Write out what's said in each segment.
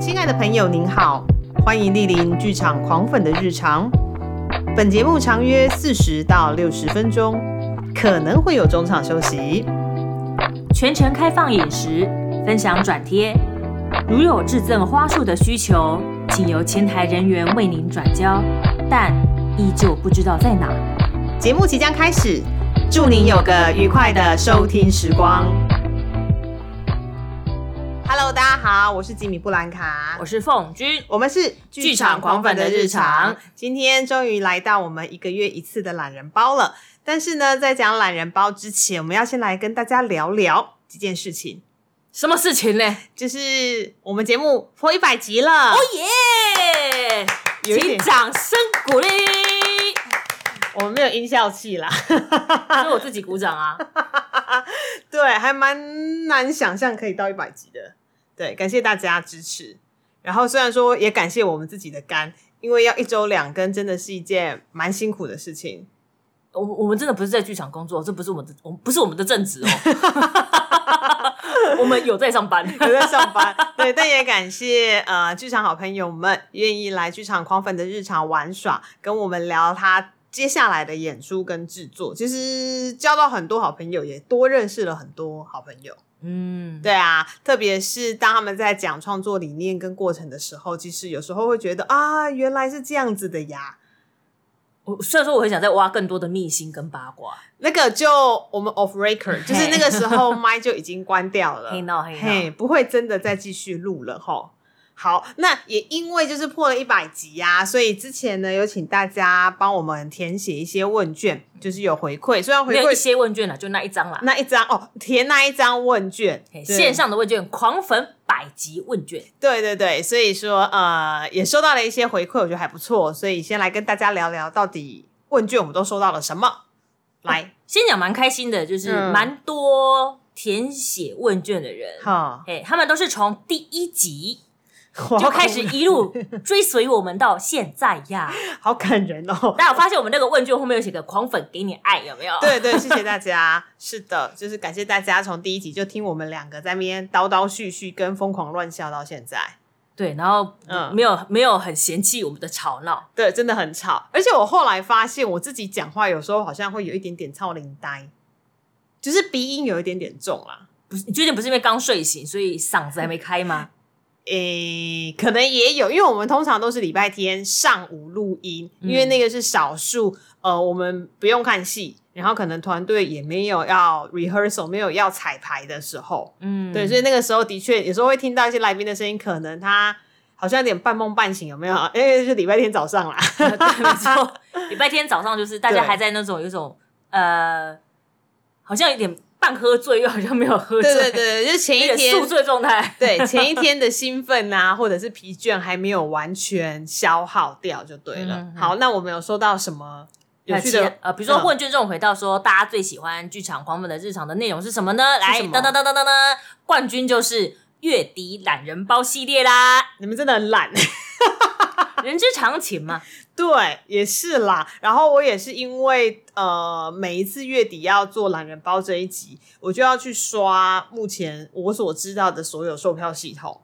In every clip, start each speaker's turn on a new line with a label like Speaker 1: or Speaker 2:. Speaker 1: 亲爱的朋友，您好，欢迎莅临剧场狂粉的日常。本节目长约四十到六十分钟，可能会有中场休息。
Speaker 2: 全程开放饮食，分享转贴。如有致赠花束的需求，请由前台人员为您转交，但依旧不知道在哪。
Speaker 1: 节目即将开始，祝您有个愉快的收听时光。Hello，大家好，我是吉米布兰卡，
Speaker 2: 我是凤君，
Speaker 1: 我们是
Speaker 2: 剧场狂粉的日常，
Speaker 1: 今天终于来到我们一个月一次的懒人包了。但是呢，在讲懒人包之前，我们要先来跟大家聊聊几件事情，
Speaker 2: 什么事情嘞？
Speaker 1: 就是我们节目破一百集了，
Speaker 2: 哦耶！
Speaker 1: 有一
Speaker 2: 请
Speaker 1: 点
Speaker 2: 掌声鼓 励，
Speaker 1: 我们没有音效器啦，
Speaker 2: 是我自己鼓掌啊！
Speaker 1: 对，还蛮难想象可以到一百集的。对，感谢大家支持。然后虽然说也感谢我们自己的肝，因为要一周两更真的是一件蛮辛苦的事 情。
Speaker 2: 我我们真的不是在剧场工作，这不是我们的，我们不是我们的正职哦。哦 我们有在上班，
Speaker 1: 我在上班，对，但也感谢呃剧场好朋友们愿意来剧场狂粉的日常玩耍，跟我们聊他接下来的演出跟制作。其实交到很多好朋友，也多认识了很多好朋友。
Speaker 2: 嗯，
Speaker 1: 对啊，特别是当他们在讲创作理念跟过程的时候，其实有时候会觉得啊，原来是这样子的呀。
Speaker 2: 我虽然说我很想再挖更多的秘辛跟八卦，
Speaker 1: 那个就我们 off record，就是那个时候麦就已经关掉了，
Speaker 2: 嘿闹嘿闹
Speaker 1: 嘿，不会真的再继续录了吼。好，那也因为就是破了一百集呀、所以之前呢有请大家帮我们填写一些问卷，就是有回馈，虽然回
Speaker 2: 没有一
Speaker 1: 馈
Speaker 2: 些问卷啦，啊就那一张啦。
Speaker 1: 那一张哦，填那一张问卷，
Speaker 2: 嘿
Speaker 1: 对
Speaker 2: 线上的问卷，狂粉百集问卷，
Speaker 1: 对对对，所以说呃，也收到了一些回馈，我觉得还不错，所以先来跟大家聊聊到底问卷我们都收到了什么。来，
Speaker 2: 先讲蛮开心的，就是
Speaker 1: 嗯
Speaker 2: 蛮多填写问卷的人，
Speaker 1: 哈、
Speaker 2: 哎、他们都是从第一集
Speaker 1: 我
Speaker 2: 就开始一路追随我们到现在 呀。
Speaker 1: 好感人哦。
Speaker 2: 大家有发现我们那个问卷后面有写个“狂粉给你爱”，有没有？，
Speaker 1: 对对，谢谢大家。是的，就是感谢大家从第一集就听我们两个在那边叨叨絮絮跟疯狂乱笑到现在。
Speaker 2: 对，然后
Speaker 1: 嗯
Speaker 2: 没有、没有很嫌弃我们的吵闹，
Speaker 1: 对，真的很吵。而且我后来发现，我自己讲话有时候好像会有一点点超龄呆，就是鼻音有一点点重啦。
Speaker 2: 不是？你最近不是因为刚睡醒，所以嗓子还没开吗？
Speaker 1: 诶、可能也有，因为我们通常都是礼拜天上午录音，
Speaker 2: 嗯
Speaker 1: 因为那个是少数，呃，我们不用看戏，然后可能团队也没有要 rehearsal，没有要彩排的时候，
Speaker 2: 嗯，
Speaker 1: 对，所以那个时候的确有时候会听到一些来宾的声音，可能他好像有点半梦半醒，有没有？因为是礼拜天早上啦，
Speaker 2: 对，没错。礼拜天早上就是大家
Speaker 1: 对
Speaker 2: 还在那种有一种呃，好像有点半喝醉，又好像没有喝醉，
Speaker 1: 对对对，就是前一
Speaker 2: 有点
Speaker 1: 天
Speaker 2: 宿醉状态。
Speaker 1: 对，前一天的兴奋啊，或者是疲倦还没有完全消耗掉就对了。
Speaker 2: 嗯嗯
Speaker 1: 好，那我们有收到什么有
Speaker 2: 那
Speaker 1: 趣
Speaker 2: 其
Speaker 1: 的
Speaker 2: 实？呃，比如说
Speaker 1: 嗯
Speaker 2: 问卷这种回到说，大家最喜欢剧场狂粉的日常的内容是什么呢？来，
Speaker 1: 什
Speaker 2: 噔
Speaker 1: 么
Speaker 2: 噔噔噔噔噔，冠军就是月底懒人包系列啦，
Speaker 1: 你们真的很懒，
Speaker 2: 人之常情嘛。
Speaker 1: 对，也是啦。然后我也是因为呃，每一次月底要做懒人包这一集，我就要去刷目前我所知道的所有售票系统。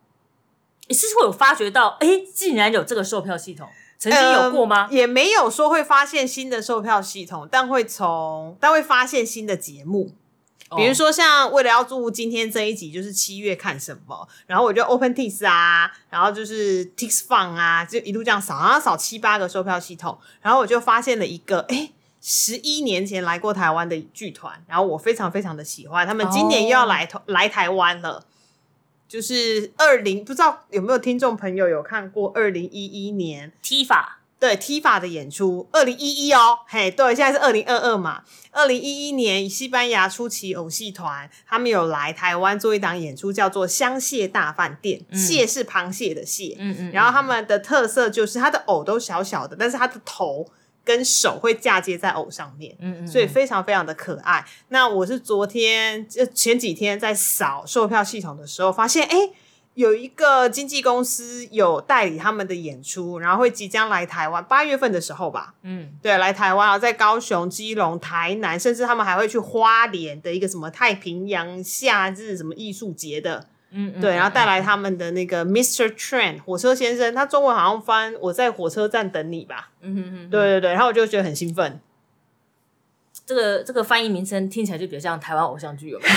Speaker 2: 你是会有发觉到，哎，竟然有这个售票系统，曾经有过吗？
Speaker 1: 嗯也没有说会发现新的售票系统，但会从但会发现新的节目。比如
Speaker 2: 哦，
Speaker 1: 说，像为了要做今天这一集，就是七月看什么，然后我就 Open Tix 啊，然后就是 Tix Fun 啊，就一路这样扫，好像扫七八个售票系统，然后我就发现了一个，哎，十一年前来过台湾的剧团，然后我非常非常的喜欢，他们今年又要来、来台湾了。就是二零，不知道有没有听众朋友有看过二零一一年
Speaker 2: 踢哦法
Speaker 1: 对 Tifa 的演出，二零一一哦，嘿，对，现在是二零二二嘛。二零一一年，西班牙出奇偶戏团他们有来台湾做一档演出，叫做《香蟹大饭店》，
Speaker 2: 嗯
Speaker 1: 蟹是螃蟹的蟹。
Speaker 2: 嗯嗯，
Speaker 1: 然后他们的特色就是它的藕都小小的，但是它的头跟手会嫁接在藕上面。
Speaker 2: 嗯嗯，嗯
Speaker 1: 所以非常非常的可爱。那我是昨天就前几天在扫售票系统的时候，发现哎、诶有一个经纪公司有代理他们的演出，然后会即将来台湾，八月份的时候吧，
Speaker 2: 嗯
Speaker 1: 对，来台湾，然后在高雄、基隆、台南，甚至他们还会去花莲的一个什么太平洋夏日什么艺术节的
Speaker 2: 嗯，嗯
Speaker 1: 对，然后带来他们的那个 Mr. Train 火车先生，他中文好像翻我在火车站等你吧，
Speaker 2: 嗯嗯嗯，嗯
Speaker 1: 对，对对，然后我就觉得很兴奋，
Speaker 2: 这个这个翻译名称听起来就比较像台湾偶像剧，有没 有？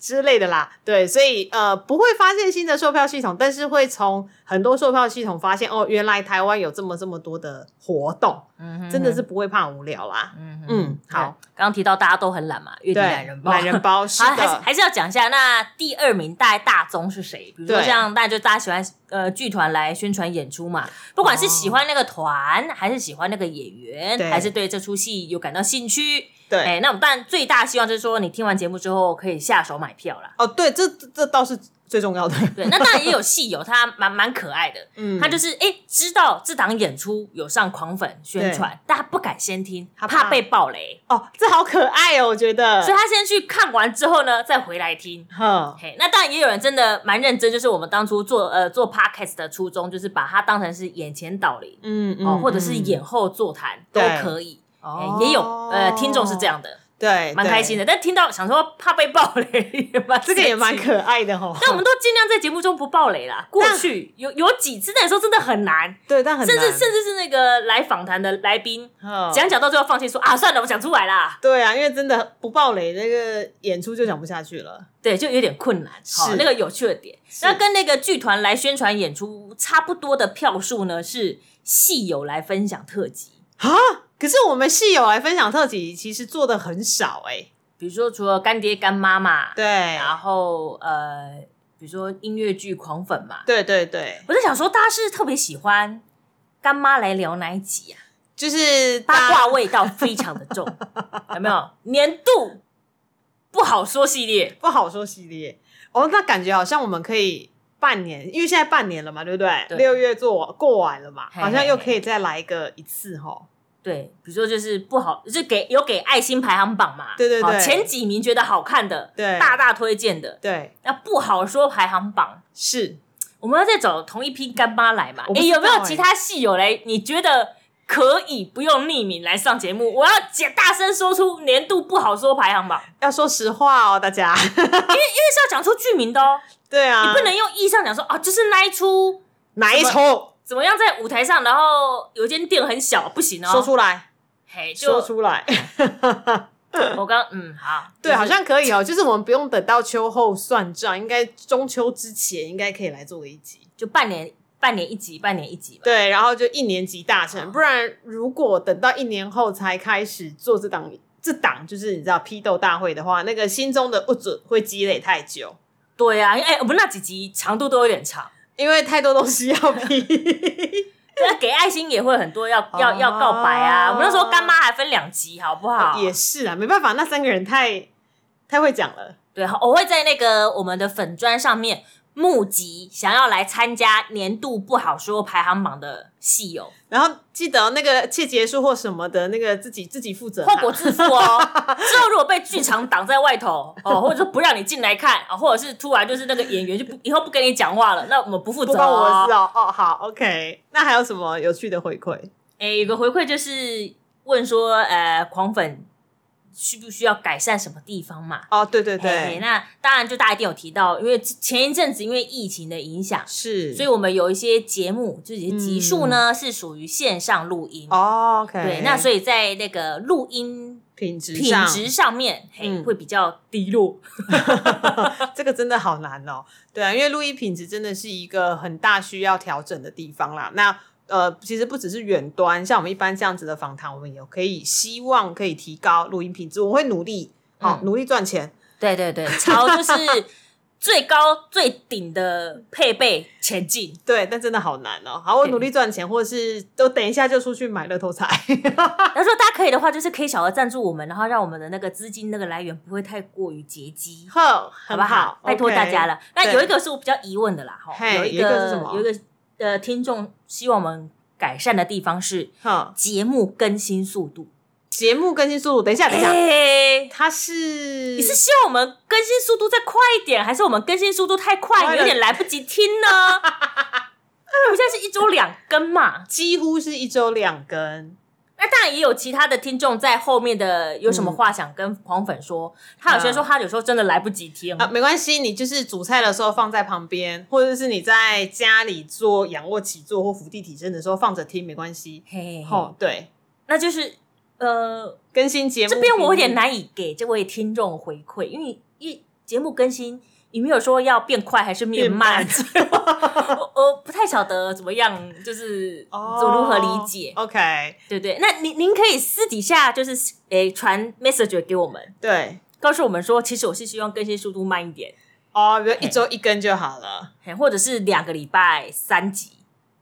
Speaker 1: 之类的啦，对，所以呃不会发现新的售票系统，但是会从很多售票系统发现哦，原来台湾有这么这么多的活动，
Speaker 2: 嗯哼
Speaker 1: 真的是，不会怕无聊啦。
Speaker 2: 嗯哼
Speaker 1: 嗯，好，，
Speaker 2: 对刚刚提到大家都很懒嘛，月底
Speaker 1: 对，
Speaker 2: 懒人包，
Speaker 1: 懒人 包是
Speaker 2: 好，还是
Speaker 1: 的，
Speaker 2: 还是要讲一下，那第二名大概大宗是谁？比如说
Speaker 1: 对
Speaker 2: 像大家就大家喜欢呃剧团来宣传演出嘛，不管是喜欢那个团，还是喜欢那个演员，
Speaker 1: 对
Speaker 2: 还是对这出戏有感到兴趣，
Speaker 1: 对，
Speaker 2: 哎，那我们当然最大希望就是说你听完节目之后可以下手买票啦。
Speaker 1: 哦，对，这这这倒是最重 要的，
Speaker 2: 对，那当然也有戏友，他蛮蛮可爱的，
Speaker 1: 嗯，
Speaker 2: 他就是哎、诶知道这档演出有上狂粉宣传，但他不敢先听，
Speaker 1: 他
Speaker 2: 怕
Speaker 1: 怕
Speaker 2: 被爆雷，
Speaker 1: 哦，这好可爱哦，我觉得，
Speaker 2: 所以他先去看完之后呢，再回来听。
Speaker 1: 哼，
Speaker 2: 嘿，那当然也有人真的蛮认真，就是我们当初做呃做 podcast 的初衷，就是把它当成是眼前导聆、
Speaker 1: 嗯嗯
Speaker 2: 哦，或者是
Speaker 1: 嗯
Speaker 2: 眼后座谈都
Speaker 1: 对
Speaker 2: 可以。
Speaker 1: 哦哎
Speaker 2: 嘿也有呃听众是这样的，
Speaker 1: 对，
Speaker 2: 蛮开心
Speaker 1: 的，
Speaker 2: 的。但听到想说怕被爆雷， 也蛮
Speaker 1: 这个也蛮
Speaker 2: 生气。
Speaker 1: 可爱的哦。
Speaker 2: 但我们都尽量在节目中不爆雷啦。过去有有几次那时候真的很难，
Speaker 1: 对，但很
Speaker 2: 甚至
Speaker 1: 难哦
Speaker 2: 甚至是那个来访谈的来宾，
Speaker 1: 哼
Speaker 2: 讲讲到最后放弃说啊，算了，我讲出来啦。
Speaker 1: 对啊，因为真的不爆雷，那个演出就讲不下去了。
Speaker 2: 对，就有点困难。好
Speaker 1: 是
Speaker 2: 那个有趣的点。那跟那个剧团来宣传演出差不多的票数呢，是戏友来分享特辑。
Speaker 1: 啊，可是我们戏友来分享特辑，其实做的很少哎、
Speaker 2: 比如说，除了干爹干妈嘛，，
Speaker 1: 对，
Speaker 2: 然后呃，比如说音乐剧狂粉嘛，
Speaker 1: 对对对，
Speaker 2: 我在想说，大家是特别喜欢干妈来聊哪一集啊？
Speaker 1: 就是
Speaker 2: 八
Speaker 1: 大
Speaker 2: 卦味道非常的 重，有没有？年度不好说系列，
Speaker 1: 不好说系列哦，那感觉好像我们可以半年，因为现在半年了嘛，对不对？
Speaker 2: 对
Speaker 1: 六月做过完了嘛，
Speaker 2: 嘿
Speaker 1: 好像又
Speaker 2: 嘿嘿
Speaker 1: 可以再来一个一次吼。
Speaker 2: 对，比如说就是不好，就给有给爱心排行榜嘛，
Speaker 1: 对对
Speaker 2: 好
Speaker 1: 对
Speaker 2: 前几名觉得好看的，
Speaker 1: 对
Speaker 2: 大大推荐的，
Speaker 1: 对，
Speaker 2: 那不好说排行榜，
Speaker 1: 是
Speaker 2: 我们要再找同一批干妈来嘛？
Speaker 1: 我不
Speaker 2: 诶
Speaker 1: 知
Speaker 2: 有
Speaker 1: 道
Speaker 2: 没有
Speaker 1: 诶
Speaker 2: 其他戏友来？你觉得可以不用匿名来上节目？我要简大声说出年度不好说排行榜，
Speaker 1: 要说实话哦，大家。
Speaker 2: 因为是要讲出剧名的哦，
Speaker 1: 对啊，
Speaker 2: 你不能用意义上讲说啊，就是那一出
Speaker 1: 哪一
Speaker 2: 什
Speaker 1: 抽
Speaker 2: 怎么样在舞台上，然后有一间店很小，不行哦，
Speaker 1: 说出来，
Speaker 2: 嘿，就
Speaker 1: 说出来。
Speaker 2: 我刚嗯好，
Speaker 1: 对，
Speaker 2: 就是
Speaker 1: 好像可以哦， 就是我们不用等到秋后算账，应该中秋之前应该可以来做个一集。
Speaker 2: 就半年半年一集，半年一集吧。
Speaker 1: 对，然后就一年级大成，不然如果等到一年后才开始做这档这档，就是你知道批斗大会的话，那个心中的不准会积累太久，
Speaker 2: 对呀、啊，哎、我们那几集长度都有点长，
Speaker 1: 因为太多东西要批。
Speaker 2: 那啊给爱心也会很多要要
Speaker 1: 哦
Speaker 2: 要告白啊。我们那时候干妈还分两集，好不 好？
Speaker 1: 也是啊，没办法，那三个人太太会讲了。
Speaker 2: 对，好我会在那个我们的粉砖上面募集想要来参加年度不好说排行榜的戏友，
Speaker 1: 然后记得哦、那个切结束或什么的，那个自己自己负责啊。
Speaker 2: 后果自负哦。之后如果被剧场挡在外头哦，或者说不让你进来看啊、哦，或者是突然就是那个演员就不以后不跟你讲话了，那我们不负责、
Speaker 1: 不
Speaker 2: 哦。
Speaker 1: 关我的事哦。哦，好，OK。那还有什么有趣的回馈？
Speaker 2: 诶，有个回馈就是问说，呃，狂粉需不需要改善什么地方嘛？
Speaker 1: 哦，对对
Speaker 2: 嘿
Speaker 1: 对，
Speaker 2: 那当然就大家一定有提到，因为前一阵子因为疫情的影响，
Speaker 1: 是，
Speaker 2: 所以我们有一些节目，就有些集数呢、是属于线上录音。
Speaker 1: 嗯哦，OK。
Speaker 2: 对，那所
Speaker 1: 以
Speaker 2: 以在那个录音
Speaker 1: 品质
Speaker 2: 品
Speaker 1: 上，
Speaker 2: 质上面，嘿，
Speaker 1: 嗯
Speaker 2: 会比较低落。
Speaker 1: 这个真的好难哦。对啊，因为录音品质真的是一个很大需要调整的地方啦。那呃，其实不只是远端，像我们一般这样子的访谈，我们也可以希望可以提高录音品质。我会努力，好、
Speaker 2: 嗯
Speaker 1: 努力赚钱。
Speaker 2: 对对对，朝就是最高最顶的配备前进。
Speaker 1: 对，但真的好难哦。好，我
Speaker 2: 对
Speaker 1: 努力赚钱，或者是都等一下就出去买乐透彩。
Speaker 2: 然后说大家可以的话，就是可以小额赞助我们，然后让我们的那个资金那个来源不会太过于拮据，
Speaker 1: 好，
Speaker 2: 好
Speaker 1: 很
Speaker 2: 不好？拜托大家
Speaker 1: 了。
Speaker 2: 了。那
Speaker 1: 对
Speaker 2: 有一个是我比较疑问的啦，哈，
Speaker 1: 嘿
Speaker 2: 有一
Speaker 1: 有一个
Speaker 2: 个
Speaker 1: 是什么
Speaker 2: 有一个呃听众希望我们改善的地方是
Speaker 1: 好，
Speaker 2: 节目更新速度。
Speaker 1: 节目更新速度，等一下，等一下，
Speaker 2: 哎，
Speaker 1: 它是
Speaker 2: 你是希望我们更新速度再快一点，还是我们更新速度太快，
Speaker 1: 快了
Speaker 2: 有点来不及听呢？ 我们现在是一周两更嘛，
Speaker 1: 几乎是一周两更，
Speaker 2: 那当然也有其他的听众在后面的有什么话想跟黄粉说，他有些说他有时候真的来不及听，
Speaker 1: 啊，没关系，你就是煮菜的时候放在旁边，或者是你在家里做仰卧起坐或伏地挺身的时候放着听，没关系。
Speaker 2: 嘿，
Speaker 1: 哦，对，
Speaker 2: 那就是呃，
Speaker 1: 更新节目
Speaker 2: 这边我有点
Speaker 1: 频率
Speaker 2: 难以给这位听众回馈，因为一节目更新，你没有说要变快还是变慢， 我我不太晓得怎么样，就是
Speaker 1: 哦，
Speaker 2: 如何理解，
Speaker 1: ？OK，
Speaker 2: 对不对？那您您可以私底下就是诶传 message 给我们，
Speaker 1: 对，
Speaker 2: 告诉我们说，其实我是希望更新速度慢一点，
Speaker 1: 哦，比如
Speaker 2: 嘿
Speaker 1: 一周一根就好了。
Speaker 2: 嘿或者是两个礼拜三集。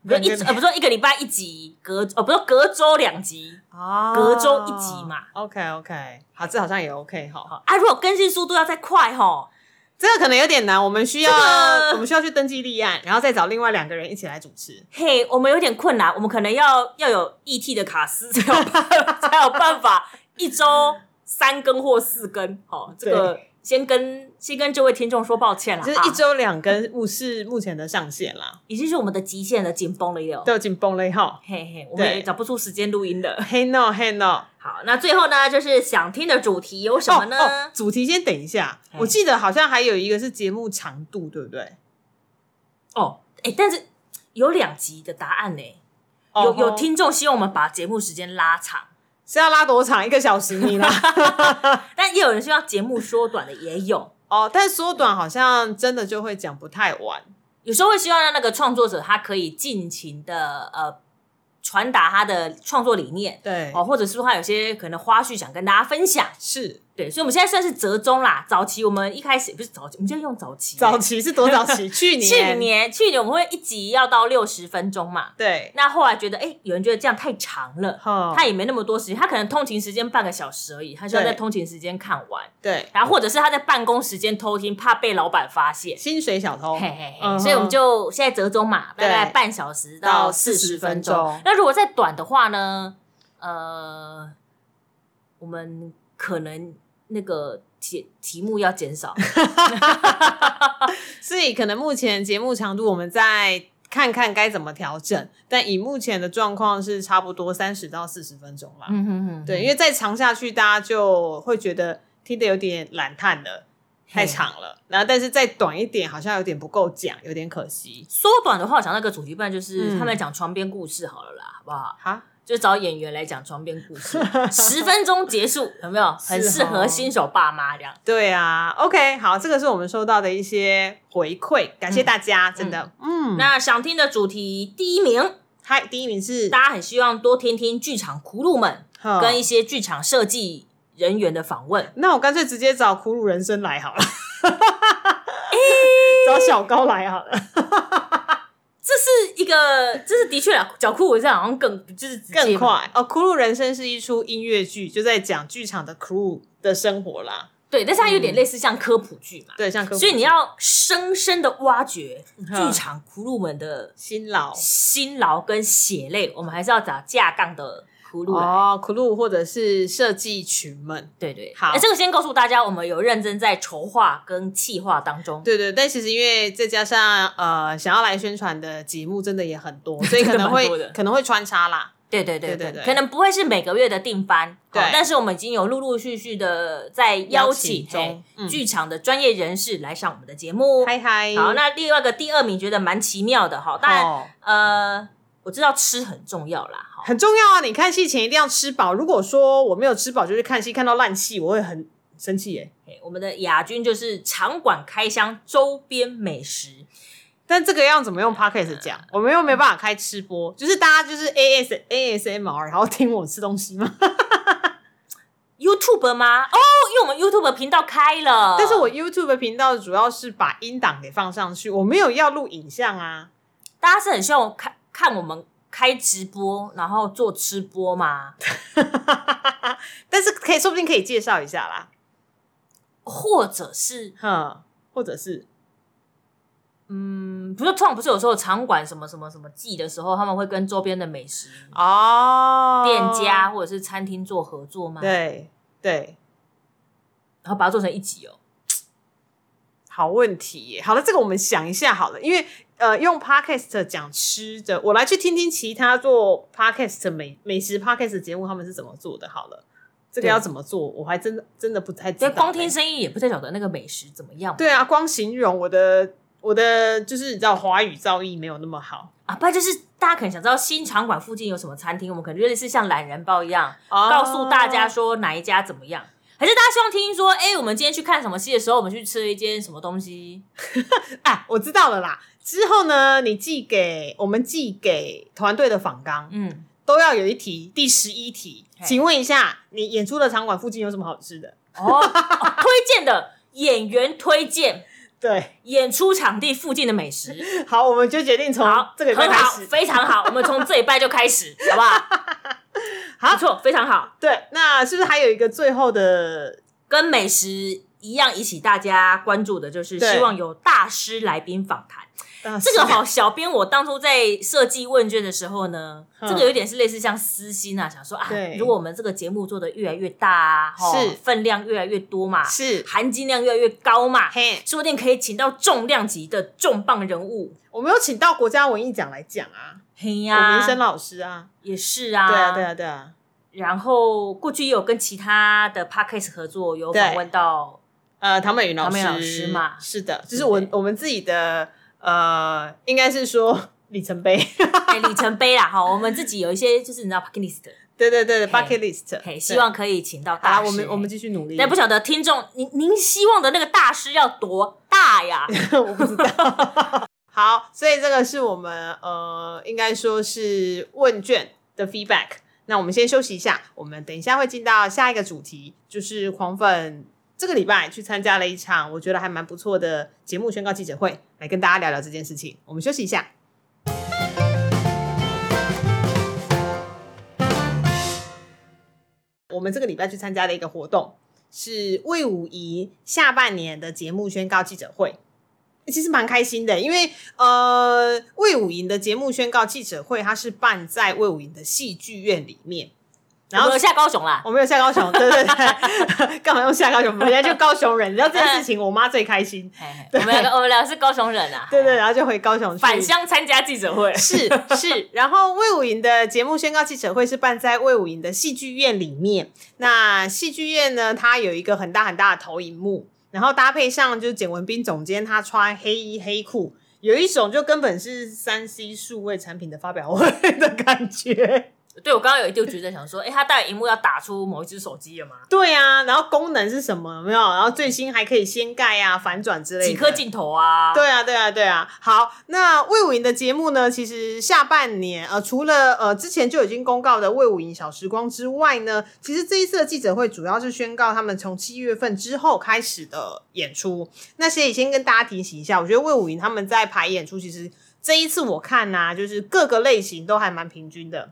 Speaker 2: 不是一
Speaker 1: 两个礼
Speaker 2: 呃，不是说一个礼拜一集，隔呃不是隔周两集
Speaker 1: 哦
Speaker 2: 隔周一集嘛。
Speaker 1: OK OK，好，这好像也 OK 哈。
Speaker 2: 好啊。如果更新速度要再快吼，
Speaker 1: 这个可能有点难，我们需要、
Speaker 2: 这个
Speaker 1: 我们需要去登记立案，然后再找另外两个人一起来主持。
Speaker 2: 嘿，我们有点困难，我们可能要要有 ET 的卡斯才有办才有办法一周三更或四更。好、这个先跟先跟这位听众说抱歉了，
Speaker 1: 就是一
Speaker 2: 啊、
Speaker 1: 周两根，物是目前的上限啦，
Speaker 2: 已经是我们的极限了，紧绷了有。
Speaker 1: 都紧绷了哈。
Speaker 2: 嘿嘿，我们也
Speaker 1: 对
Speaker 2: 找不出时间录音了。
Speaker 1: Hey no Hey no，
Speaker 2: 好，那最后呢，就是想听的主题有什么呢？嗯
Speaker 1: 哦哦主题先等一下，
Speaker 2: 嘿
Speaker 1: 我记得好像还有一个是节目长度，对不对？
Speaker 2: 哦，哎、但是有两集的答案呢、
Speaker 1: 哦
Speaker 2: 有有听众希望我们把节目时间拉长，
Speaker 1: 是要拉多长？一个小时你 啦。
Speaker 2: 但也有人希望节目缩短的，也有。
Speaker 1: 哦，但缩短好像真的就会讲不太完。
Speaker 2: 有时候会希望让那个创作者他可以尽情的呃传达他的创作理念
Speaker 1: 对，
Speaker 2: 哦，或者是说他有些可能花絮想跟大家分享。
Speaker 1: 是
Speaker 2: 对，所以我们现在算是折中啦。早期我们一开始不是早期，我们就用早期。
Speaker 1: 早期是多早 期？去年，
Speaker 2: 去年去年我们会一集要到六十分钟嘛，
Speaker 1: 对，哦
Speaker 2: 那后来觉得哎、诶有人觉得这样太长了。
Speaker 1: 哈
Speaker 2: 他也没那么多时间，他可能通勤时间半个小时而已，他需要
Speaker 1: 对
Speaker 2: 在通勤时间看完，
Speaker 1: 对
Speaker 2: 然后或者是他在办公时间偷听，怕被老板发现。
Speaker 1: 薪水小偷
Speaker 2: 嘿，嘿
Speaker 1: 嗯
Speaker 2: 嘿，
Speaker 1: 哼
Speaker 2: 所以我们就现在折中嘛，大
Speaker 1: 对
Speaker 2: 概半小时
Speaker 1: 到
Speaker 2: 四十
Speaker 1: 40
Speaker 2: 分
Speaker 1: 分
Speaker 2: 钟
Speaker 1: 钟。
Speaker 2: 那如果再短的话呢？呃，我们可能那个题题目要减少。
Speaker 1: 所以可能目前节目长度我们再看看该怎么调整，但以目前的状况是差不多三十到四十分钟啦。
Speaker 2: 嗯哼哼，
Speaker 1: 对，因为再长下去，大家就会觉得听得有点懒叹了，太
Speaker 2: 嘿。
Speaker 1: 长了。然后但是再短一点，好像有点不够讲，有点可惜。
Speaker 2: 缩短的话，我讲那个主题，不然就是
Speaker 1: 嗯
Speaker 2: 他们来讲床边故事好了啦，好不好？
Speaker 1: 好，
Speaker 2: 就找演员来讲床边故事，十分钟结束，有没有？很
Speaker 1: 是
Speaker 2: 适合
Speaker 1: 哦
Speaker 2: 新手爸妈这样。
Speaker 1: 对啊，OK，好，这个是我们收到的一些回馈，感谢大家，真的，嗯，
Speaker 2: 那想听的主题第一名，
Speaker 1: 嗨，第一名是
Speaker 2: 大家很希望多听听剧场苦鲁们
Speaker 1: 哼
Speaker 2: 跟一些剧场设计人员的访问。
Speaker 1: 那我干脆直接找苦鲁人生来好了，找小高来好了，
Speaker 2: 这是一个，这是的确啊，脚裤我这好像更就是直接
Speaker 1: 更
Speaker 2: 嘛。
Speaker 1: 快哦。苦鲁人生是一出音乐剧，就在讲剧场的 crew 的生活啦，
Speaker 2: 对，但是它有点类似像科普剧嘛，
Speaker 1: 嗯对，像科普
Speaker 2: 所以你
Speaker 1: 剧
Speaker 2: 要深深的挖掘
Speaker 1: 嗯
Speaker 2: 剧场苦鲁们的
Speaker 1: 辛劳
Speaker 2: 辛劳跟血泪，我们还是要找架杠的苦鲁来。
Speaker 1: 哦，苦鲁或者是设计群们，
Speaker 2: 对对，
Speaker 1: 好
Speaker 2: 哎这个先告诉大家，我们有认真在筹划跟企划当中。
Speaker 1: 对对，但其实因为再加上呃，想要来宣传的节目真的也很多，所以可
Speaker 2: 真
Speaker 1: 能
Speaker 2: 的蛮
Speaker 1: 会
Speaker 2: 多的
Speaker 1: 可能会穿插啦。
Speaker 2: 对对对
Speaker 1: 对对对
Speaker 2: 可能不会是每个月的定番，
Speaker 1: 对
Speaker 2: 好但是我们已经有陆陆续续的在
Speaker 1: 邀
Speaker 2: 邀请
Speaker 1: 请中
Speaker 2: 嘿
Speaker 1: 嗯
Speaker 2: 剧场的专业人士来上我们的节目。
Speaker 1: 嗨嗨，
Speaker 2: 好，那另外一个第二名觉得蛮奇妙的哈，但、
Speaker 1: 哦
Speaker 2: 呃，我知道吃很重要啦，哈，
Speaker 1: 很重要啊！你看戏前一定要吃饱。如果说我没有吃饱，就是看戏看到烂戏，我会很生气耶。
Speaker 2: 嘿我们的亚军就是场馆开箱周边美食，
Speaker 1: 但这个要怎么用 podcast 讲？我们又没办法开吃播，就是大家就是 A S A S M R，然后听我吃东西嘛。
Speaker 2: YouTube 吗？哦，因为我们 YouTube 频道开了，
Speaker 1: 但是我 YouTube 的频道主要是把音档给放上去，我没有要录影像啊。
Speaker 2: 大家是很希望我看看我们开直播，然后做吃播吗？
Speaker 1: 但是可以，说不定可以介绍一下啦。
Speaker 2: 或者是
Speaker 1: 哼，或者是
Speaker 2: 嗯，不是，通常不是有时候场馆什么什么什么季的时候，他们会跟周边的美食
Speaker 1: 哦，
Speaker 2: 店家或者是餐厅做合作吗？，
Speaker 1: 对对，
Speaker 2: 然后把它做成一集哦。
Speaker 1: 好问题耶。好了，这个我们想一下好了，因为呃，用 podcast 讲吃的，我来去听听其他做 podcast 美美食 podcast 节目他们是怎么做的。好了，这个
Speaker 2: 对
Speaker 1: 要怎么做，我还真的真的不太知道
Speaker 2: 所以
Speaker 1: 嘞。
Speaker 2: 光听声音也不太晓得那个美食怎么样。
Speaker 1: 对啊，光形容我的我的就是你知道华语造诣没有那么好
Speaker 2: 啊，不然就是大家可能想知道新场馆附近有什么餐厅，我们可能就类似像懒人包一样，
Speaker 1: 哦
Speaker 2: 告诉大家说哪一家怎么样。还是大家希望听说，哎、我们今天去看什么戏的时候，我们去吃了一间什么东西？
Speaker 1: 啊，我知道了啦。之后呢，你寄给我们寄给团队的访纲，
Speaker 2: 嗯，
Speaker 1: 都要有一题，第十一题，
Speaker 2: 嘿
Speaker 1: 请问一下，你演出的场馆附近有什么好吃的？
Speaker 2: 哦，哦推荐的演员推荐
Speaker 1: 对，
Speaker 2: 演出场地附近的美食，
Speaker 1: 好，我们就决定从
Speaker 2: 好，
Speaker 1: 哦这个礼拜
Speaker 2: 很
Speaker 1: 开
Speaker 2: 好，
Speaker 1: 始。
Speaker 2: 非常好，我们从这礼拜就 开始，好不好？
Speaker 1: 好
Speaker 2: 不错，非常好，
Speaker 1: 对，那是不是还有一个最后的？
Speaker 2: 跟美食一样引起大家关注的，就是
Speaker 1: 对
Speaker 2: 希望有大师来宾访谈。
Speaker 1: 呃
Speaker 2: 这个好，小编我当初在设计问卷的时候呢，
Speaker 1: 嗯
Speaker 2: 这个有点是类似像私心啊，想说啊
Speaker 1: 对，
Speaker 2: 如果我们这个节目做的越来越大啊，吼
Speaker 1: 是
Speaker 2: 分量越来越多嘛，
Speaker 1: 是
Speaker 2: 含金量越来越高嘛，
Speaker 1: 嘿，
Speaker 2: 说不定可以请到重量级的重磅人物。
Speaker 1: 我们有请到国家文艺奖来讲啊，
Speaker 2: 嘿
Speaker 1: 古
Speaker 2: 呀、
Speaker 1: 明生老师啊，
Speaker 2: 也是啊，
Speaker 1: 对啊，对。啊，对啊，
Speaker 2: 然后过去也有跟其他的 podcast 合作，有访问到
Speaker 1: 呃，唐美云老
Speaker 2: 唐
Speaker 1: 师，
Speaker 2: 美云老师嘛
Speaker 1: 是的，就是我
Speaker 2: 对
Speaker 1: 我们自己的呃，应该是说里程碑，
Speaker 2: 哎里程碑啦，哈，我们自己有一些就是你知道 podcast，
Speaker 1: 对对对对
Speaker 2: 嘿
Speaker 1: ，bucket list，
Speaker 2: 嘿，
Speaker 1: 对
Speaker 2: 希望可以请到
Speaker 1: 好啦，
Speaker 2: 大师。
Speaker 1: 我们我们继续努力，
Speaker 2: 但不晓得听众您您希望的那个大师要多大呀？
Speaker 1: 我不知道。 好，所以这个是我们呃，应该说是问卷的 feedback。那我们先休息一下，我们等一下会进到下一个主题，就是狂粉这个礼拜去参加了一场我觉得还蛮不错的节目宣告记者会，来跟大家聊聊这件事情。我们休息一下。我们这个礼拜去参加了一个活动，是魏武仪下半年的节目宣告记者会。其实蛮开心的，因为呃，魏武营的节目宣告记者会，它是办在魏武营的戏剧院里面， 然
Speaker 2: 然
Speaker 1: 后
Speaker 2: 后下高雄 啦，
Speaker 1: 我没有下高雄，对对对， 干嘛用下高雄？人家就高雄人，你知道这件事情，我妈最开心，
Speaker 2: 嘿嘿我们两个我们两个是高雄人啊，
Speaker 1: 对对，然后就回高雄去
Speaker 2: 返乡参加记者会，
Speaker 1: 是是，然后魏武营的节目宣告记者会是办在魏武营的戏剧院里面。那戏剧院呢，它有一个很大很大的投影幕，然后搭配上就是简文斌总监他穿黑衣黑裤，有一种就根本是三 C 数位产品的发表会的感 觉。
Speaker 2: 对我刚刚有一丢觉得想说，哎，他带荧幕要打出某一只手机了吗？
Speaker 1: 对啊，然后功能是什么？有没有？然后最新还可以掀盖啊、反转之类的。
Speaker 2: 几颗镜头啊？，
Speaker 1: 对啊，对啊，对啊。好，那魏武营的节目呢，其实下半年呃，除了呃之前就已经公告的魏武营小时光之外呢，其实这一次的记者会主要是宣告他们从七月份之后开始的演出。那所以先跟大家提醒一下，我觉得魏武营他们在排演出，其实这一次我看呐、就是各个类型都还蛮平均的。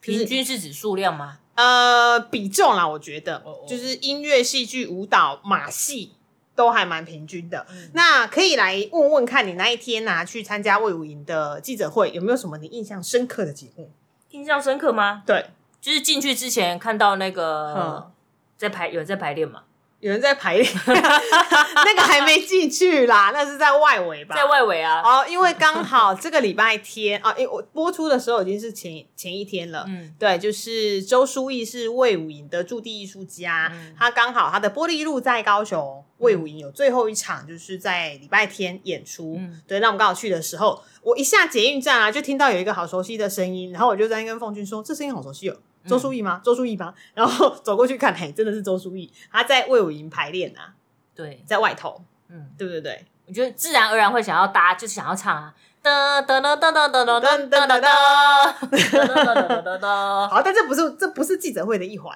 Speaker 2: 平均是指数量吗？
Speaker 1: 呃，比重啦，我觉得
Speaker 2: 哦哦
Speaker 1: 就是音乐、戏剧、舞蹈、马戏都还蛮平均的。
Speaker 2: 嗯
Speaker 1: 那可以来问问看你那一天呐、去参加魏武营的记者会，有没有什么你印象深刻的节目？
Speaker 2: 印象深刻吗？
Speaker 1: 对，
Speaker 2: 就是进去之前看到那个
Speaker 1: 嗯
Speaker 2: 在排有人在排练嘛，
Speaker 1: 有人在排练， 那个还没进去啦，那是在外围吧？
Speaker 2: 在外围啊，
Speaker 1: 哦，因为刚好这个礼拜天啊，因为我播出的时候已经是前前一天了，
Speaker 2: 嗯，
Speaker 1: 对，就是周书义是魏武营的驻地艺术家，
Speaker 2: 嗯
Speaker 1: 他刚啊好他的玻璃路在高雄，魏武营有最后一场就是在礼拜天演出。
Speaker 2: 嗯
Speaker 1: 对，那我们刚好去的时候，我一下捷运站啊，就听到有一个好熟悉的声音，然后我就在那跟凤君说：“这声音好熟悉哦，周书义吗？周书义吗？”然后走过去看，嘿，真的是周书义，他在魏武营排练啊，
Speaker 2: 对，
Speaker 1: 在外头，
Speaker 2: 嗯，
Speaker 1: 对不对？对，
Speaker 2: 我觉得自然而然会想要搭，就是想要唱啊，噔噔噔噔噔噔噔
Speaker 1: 噔噔
Speaker 2: 噔噔
Speaker 1: 噔
Speaker 2: 噔。哒哒哒哒哒哒
Speaker 1: 好，但这不是这不是记者会的一环，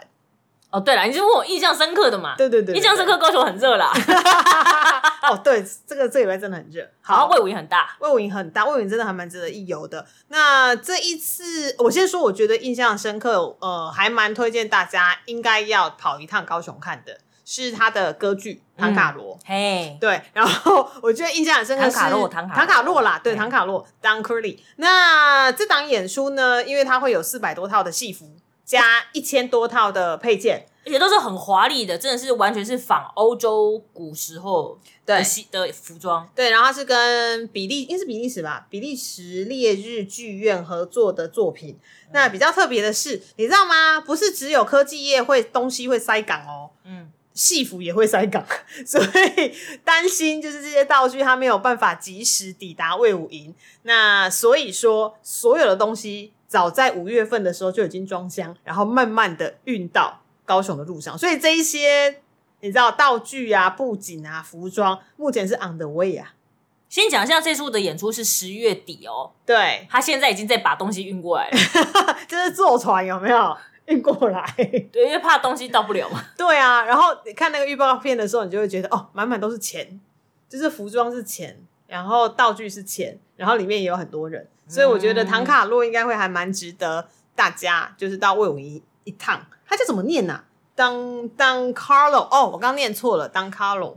Speaker 2: 哦，对了，你是问我印象深刻的嘛？
Speaker 1: 对对对对
Speaker 2: 印象深刻，高雄很热啦，
Speaker 1: 哦，对，这个这个礼拜真的很热，
Speaker 2: 然后魏武也很大，
Speaker 1: 魏武营很大，魏武营真的还蛮值得一游的。那这一次，我先说，我觉得印象深刻，呃，还蛮推荐大家应该要跑一趟高雄看的，是他的歌剧
Speaker 2: 嗯
Speaker 1: 《唐卡罗》
Speaker 2: 嘿，
Speaker 1: 对，然后我觉得印象很深刻是
Speaker 2: 唐卡洛唐卡洛
Speaker 1: 唐卡洛啦，对，
Speaker 2: 对
Speaker 1: 唐卡洛 Don Curly。那这档演出呢，因为它会有四百多套的戏服加一千多套的配件，
Speaker 2: 而且都是很华丽的，真的是完全是仿欧洲古时候的西的服装。
Speaker 1: 对，然后它是跟比利，应该是比利时吧，比利时烈日剧院合作的作品。那比较特别的是，你知道吗？不是只有科技业会东西会塞港哦，
Speaker 2: 嗯，
Speaker 1: 戏服也会塞港， 所以担心就是这些道具它没有办法及时抵达魏武营。那所以说，所有的东西早在五月份的时候就已经装箱，然后慢慢的运到高雄的路上。所以这一些你知道道具啊、布景啊、服装，目前是 on the way 啊。
Speaker 2: 先讲一下这出的演出是十月底哦，
Speaker 1: 对，
Speaker 2: 他现在已经在把东西运过来 了，
Speaker 1: 就是坐船有没 有运过来？
Speaker 2: 对，因为怕东西到不了嘛。
Speaker 1: 对啊，然后你看那个预告片的时候，你就会觉得哦，满满都是钱，就是服装是钱，然后道具是钱，然后里面也有很多人，所以我觉得唐卡洛应该会还蛮值得大家就是到魏武营一趟。他叫怎么念呐、啊？当当 Carlo 哦，我刚念错了，当 Carlo，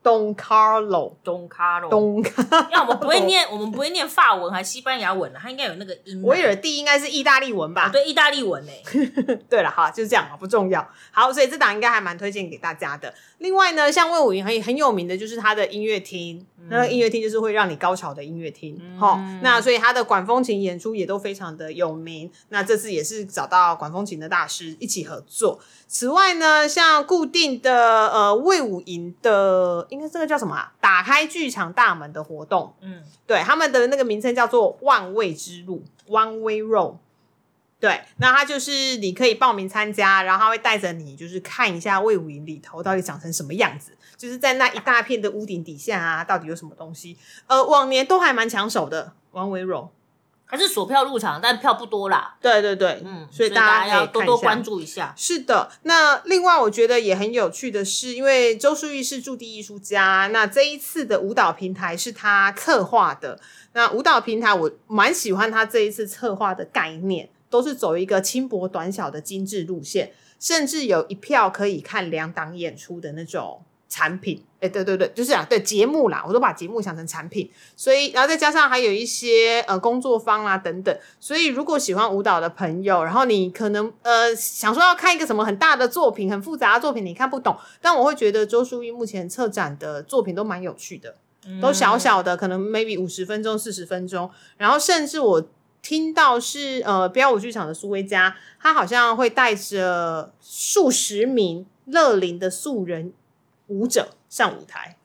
Speaker 1: 东 Carlo，
Speaker 2: 东卡罗，
Speaker 1: 东 Carlo。
Speaker 2: 要我们不会念，我们不会念法文还西班牙文啊，他应该有那个音啊。
Speaker 1: 我以为第一应该是意大利文吧？
Speaker 2: 对意大利文欸 呢、
Speaker 1: 对了，好，就是这样啊，不重要。好，所以这档应该还蛮推荐给大家的。另外呢，像魏武营很很有名的就是它的音乐厅，那个音乐厅就是会让你高潮的音乐厅。哈、那所以它的管风琴演出也都非常的有名。那这次也是找到管风琴的大师一起合作。此外呢，像固定的呃魏武营的，应该这个叫什么、啊？打开剧场大门的活动，
Speaker 2: 嗯，
Speaker 1: 对，他们的那个名称叫做“万味之路 ”（One Way Road）。对，那它就是你可以报名参加，然后他会带着你，就是看一下魏武营里头到底长成什么样子，就是在那一大片的屋顶底下啊，到底有什么东西。呃，往年都还蛮抢手的，One Way Road。
Speaker 2: 还是索票入场，但票不多啦。
Speaker 1: 对对对，
Speaker 2: 嗯，
Speaker 1: 所以
Speaker 2: 大
Speaker 1: 大
Speaker 2: 家
Speaker 1: 家
Speaker 2: 要
Speaker 1: 可以看
Speaker 2: 多
Speaker 1: 一
Speaker 2: 多
Speaker 1: 下
Speaker 2: 关注一下。
Speaker 1: 是的，那另外我觉得也很有趣的是，因为周淑玉是驻地艺术家，那这一次的舞蹈平台是他策划的。那舞蹈平台我蛮喜欢他这一次策划的概念，都是走一个轻薄短小的精致路线，甚至有一票可以看两档演出的那种产品。哎，对对对，就是啊，对节目啦，我都把节目想成产品，所以然后再加上还有一些呃工作坊啦、等等，所以如果喜欢舞蹈的朋友，然后你可能呃想说要看一个什么很大的作品、很复杂的作品，你看不懂，但我会觉得周淑玉目前策展的作品都蛮有趣的，
Speaker 2: 嗯
Speaker 1: 都小小的，可能 maybe 五十分钟、四十分钟，然后甚至我听到是呃标舞剧场的苏薇佳，她好像会带着数十名乐龄的素人舞者上舞台，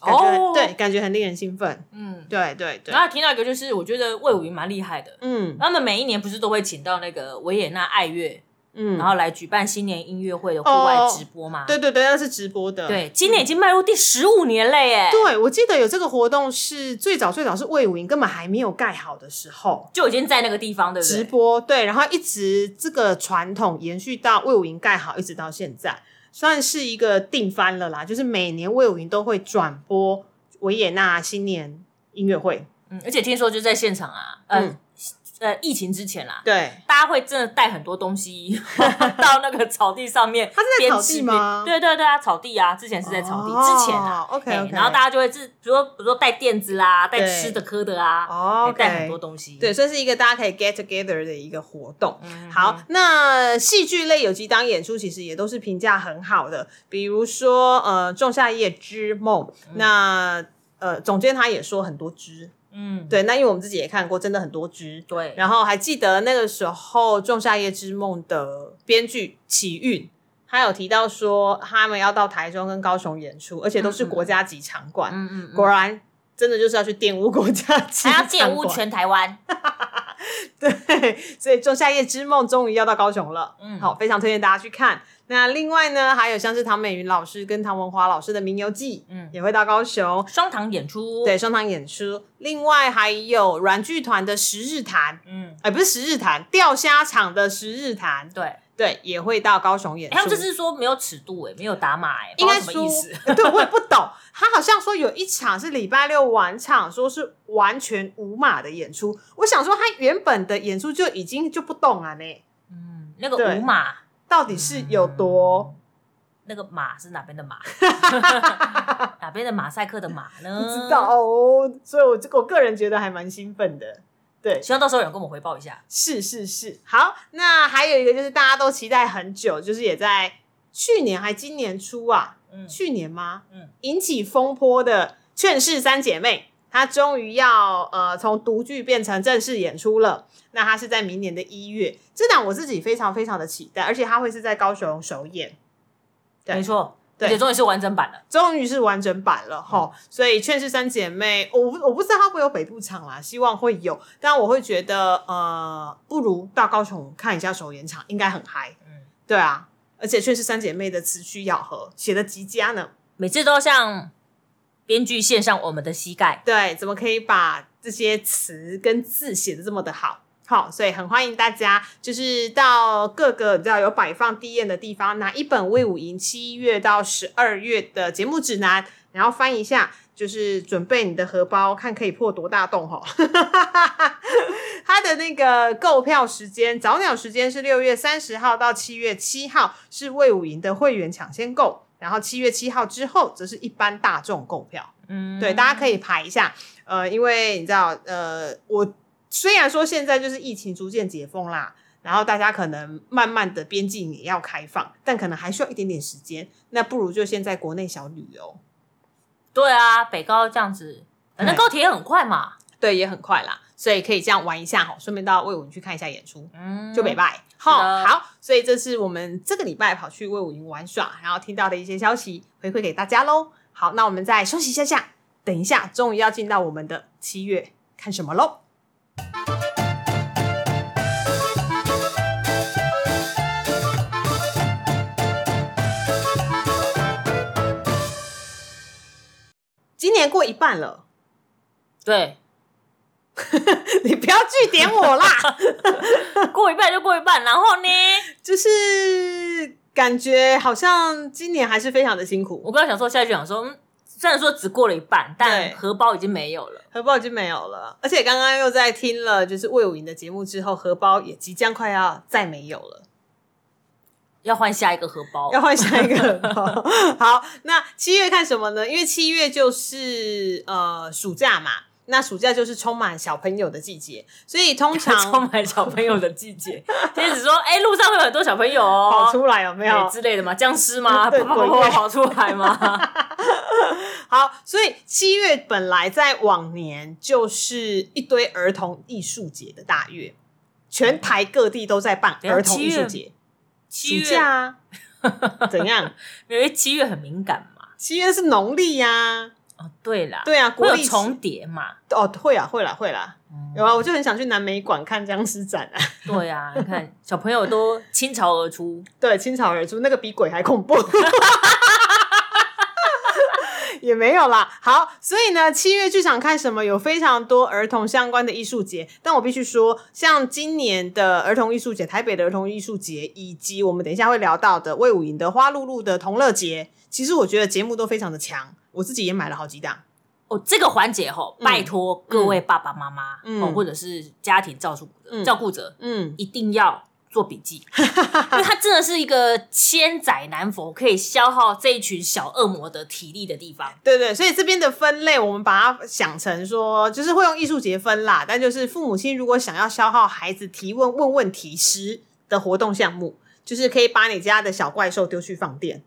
Speaker 1: 感觉、
Speaker 2: 哦，
Speaker 1: 对，，感觉很令人兴奋，
Speaker 2: 嗯。
Speaker 1: 对对对
Speaker 2: 然，后听到一个就是，我觉得魏武云蛮厉害的。
Speaker 1: 嗯
Speaker 2: 他们每一年不是都会请到那个维也纳爱乐，
Speaker 1: 嗯哦
Speaker 2: 然，后来举办新年音乐会的户外直播嘛？
Speaker 1: 对对对，那是直播的，
Speaker 2: 对，今年已经迈入第十五年了耶，
Speaker 1: 嗯对，我记得有这个活动是最早最早是魏武营根本还没有盖好的时候
Speaker 2: 就已经在那个地方，对不
Speaker 1: 直
Speaker 2: 对？
Speaker 1: 播，对，然后一直这个传统延续到魏武营盖好，一直到现在，算是一个定番了啦。就是每年魏武营都会转播维也纳新年音乐会，
Speaker 2: 嗯，而且听说就在现场啊，呃、
Speaker 1: 嗯
Speaker 2: 呃，疫情之前啦，
Speaker 1: 对，
Speaker 2: 大家会真的带很多东西 到那个草地上面，
Speaker 1: 它是在
Speaker 2: 边
Speaker 1: 草
Speaker 2: 吃
Speaker 1: 地
Speaker 2: 边
Speaker 1: 吗
Speaker 2: 对对对啊，草地啊，之前是在草地，之前啊。
Speaker 1: 哦，OK
Speaker 2: 哎
Speaker 1: OK，
Speaker 2: 然后大家就会是，比如说比如说带垫子啦，带
Speaker 1: 对
Speaker 2: 吃的喝的啊，
Speaker 1: 哦
Speaker 2: 哎带很
Speaker 1: ，OK
Speaker 2: 多东西。
Speaker 1: 对，，算是一个大家可以 get together 的一个活动。
Speaker 2: 嗯
Speaker 1: 好，那戏剧类有几档演出其实也都是评价很好的，比如说呃《仲夏夜之梦》，那呃总监他也说很多支，
Speaker 2: 嗯，
Speaker 1: 对，那因为我们自己也看过，真的很多支。
Speaker 2: 对，
Speaker 1: 然后还记得那个时候《仲夏夜之梦》的编剧启运，他有提到说他们要到台中跟高雄演出，而且都是
Speaker 2: 嗯嗯
Speaker 1: 国家级场馆。
Speaker 2: 嗯嗯嗯，
Speaker 1: 果然，真的就是要去玷污国家级，
Speaker 2: 还要建屋。全台湾。
Speaker 1: 对，所以《仲夏夜之梦》终于要到高雄了，
Speaker 2: 嗯
Speaker 1: 好，非常推荐大家去看。那另外呢，还有像是唐美云老师跟唐文华老师的《名游记》，
Speaker 2: 嗯
Speaker 1: 也会到高雄，
Speaker 2: 双堂演出，
Speaker 1: 对，，上堂演出。另外还有软剧团的十日谈，
Speaker 2: 嗯，
Speaker 1: 哎、不是十日谈，钓虾场的十日谈，
Speaker 2: 对。
Speaker 1: 对，也会到高雄演
Speaker 2: 哎
Speaker 1: 出。
Speaker 2: 他们这次说没有尺度、哎，没有打码、哎，不
Speaker 1: 应
Speaker 2: 知道
Speaker 1: 该
Speaker 2: 什
Speaker 1: 说
Speaker 2: 么意 思？，
Speaker 1: 对我也不懂。他好像说有一场是礼拜六晚场，说是完全无码的演出。我想说，他原本的演出就已经就不懂啊呢，
Speaker 2: 嗯，那个
Speaker 1: 对
Speaker 2: 五码，
Speaker 1: 到底是有
Speaker 2: 嗯
Speaker 1: 多？
Speaker 2: 那个马是哪边 的马？哪边的马赛克的马呢？嗯
Speaker 1: 不知道。哦，所以我这我个人觉得还蛮兴奋的。对，
Speaker 2: 希望到时候有人跟我们回报一下。
Speaker 1: 是是是，好，那还有一个就是大家都期待很久，就是也在去年还今年初啊，
Speaker 2: 嗯
Speaker 1: 去年吗？
Speaker 2: 嗯，
Speaker 1: 引起风波的《劝世三姐妹》，她终于要呃从独剧变成正式演出了。那她是在明年的一月，这档我自己非常非常的期待，而且她会是在高雄首演，对
Speaker 2: 没错，
Speaker 1: 对
Speaker 2: 而且终于是完整版了。
Speaker 1: 终于是完整版了吼。所以《劝世三姐妹》，我不我不知道她会不会有北部场啦，希望会有，但我会觉得呃，不如到高雄看一下首演场，应该很嗨。
Speaker 2: 嗯，
Speaker 1: 对啊，而且《劝世三姐妹》的词曲咬合写的极佳呢。
Speaker 2: 每次都像编剧献上我们的膝盖。
Speaker 1: 对，怎么可以把这些词跟字写的这么的好？好，所以很欢迎大家，就是到各个你知道有摆放地宴的地方，拿一本《魏武营》七月到十二月的节目指南，然后翻一下，就是准备你的荷包，看可以破多大洞哈。 它的那个购票时间，早鸟时间是六月三十号到七月七号，是魏武营的会员抢先购，然后七月七号之后，则是一般大众购票。
Speaker 2: 嗯，
Speaker 1: 对，大家可以排一下。呃，因为你知道，呃，我虽然说现在就是疫情逐渐解封啦，然后大家可能慢慢的边境也要开放，但可能还需要一点点时间。那不如就先在国内小旅游，
Speaker 2: 对啊，北高这样子，反正
Speaker 1: 对
Speaker 2: 高铁也很快嘛。
Speaker 1: 对，也很快啦，所以可以这样玩一下哈，顺便到魏武营去看一下演出。
Speaker 2: 嗯，
Speaker 1: 就北
Speaker 2: 吧。
Speaker 1: 拜。好、
Speaker 2: 的
Speaker 1: 好，所以这是我们这个礼拜跑去魏武营玩耍，然后听到的一些消息回馈给大家喽。好，那我们再休息一下下，等一下，终于要进到我们的七月看什么喽。今年过一半了，
Speaker 2: 对，
Speaker 1: 你不要据点我啦。
Speaker 2: 过一半就过一半，然后呢，
Speaker 1: 就是感觉好像今年还是非常的辛
Speaker 2: 我
Speaker 1: 苦，
Speaker 2: 刚刚想说，现在就想说，嗯，虽然说只过了一半，但
Speaker 1: 对
Speaker 2: 荷包已经没有了。
Speaker 1: 荷包已经没有了，而且刚刚又在听了就是魏武营的节目之后，荷包也即将快要再没有了，
Speaker 2: 要换下一个荷包，
Speaker 1: 要换下一个荷 包。好，那七月看什么呢？因为七月就是呃暑假嘛。那暑假就是充满小朋友的季节，所以通常
Speaker 2: 充满小朋友的季节。 天使说：“哎、路上会有很多小朋友哦，
Speaker 1: 跑出来有没
Speaker 2: 哎
Speaker 1: 有？
Speaker 2: 之类的嘛，僵尸吗？
Speaker 1: 对
Speaker 2: 跑
Speaker 1: 鬼
Speaker 2: 跑
Speaker 1: 月
Speaker 2: 跑跑出 来吗？
Speaker 1: 好，所以七月本来在往年就是一堆儿童艺术节的大月，全台各地都在办
Speaker 2: 等一下
Speaker 1: 儿童艺术节，
Speaker 2: 七
Speaker 1: 暑
Speaker 2: 月
Speaker 1: 假啊， 怎样？
Speaker 2: 因为七月很敏感嘛。
Speaker 1: 七月是农历呀、啊，
Speaker 2: 哦，对啦，
Speaker 1: 对啊，
Speaker 2: 会
Speaker 1: 国
Speaker 2: 有
Speaker 1: 历七
Speaker 2: 重叠嘛。
Speaker 1: 哦，会啊，会啦，会啦，
Speaker 2: 嗯
Speaker 1: 有啊，我就很想去南美馆看僵尸展啊，
Speaker 2: 对啊，你看小朋友都倾巢而出，
Speaker 1: 对，倾巢而出，那个比鬼还恐怖。 也没有啦，好，所以呢，七月剧场看什么？有非常多儿童相关的艺术节，但我必须说，像今年的儿童艺术节，台北的儿童艺术节，以及我们等一下会聊到的魏武营的花露露的同乐节，其实我觉得节目都非常的强，我自己也买了好几档。
Speaker 2: 哦，这个环节吼，
Speaker 1: 嗯
Speaker 2: 拜托各位爸爸妈妈、
Speaker 1: 嗯
Speaker 2: 哦，或者是家庭照顾者、
Speaker 1: 嗯
Speaker 2: 照顾者，
Speaker 1: 嗯，
Speaker 2: 一定要做笔 记，因为它真的是一个千载难逢可以消耗这一群小恶魔的体力的地方。
Speaker 1: 对对，所以这边的分类，我们把它想成说，就是会用艺术节分啦。但就是父母亲如果想要消耗孩子提问、问问题时的活动项目，就是可以把你家的小怪兽丢去放电。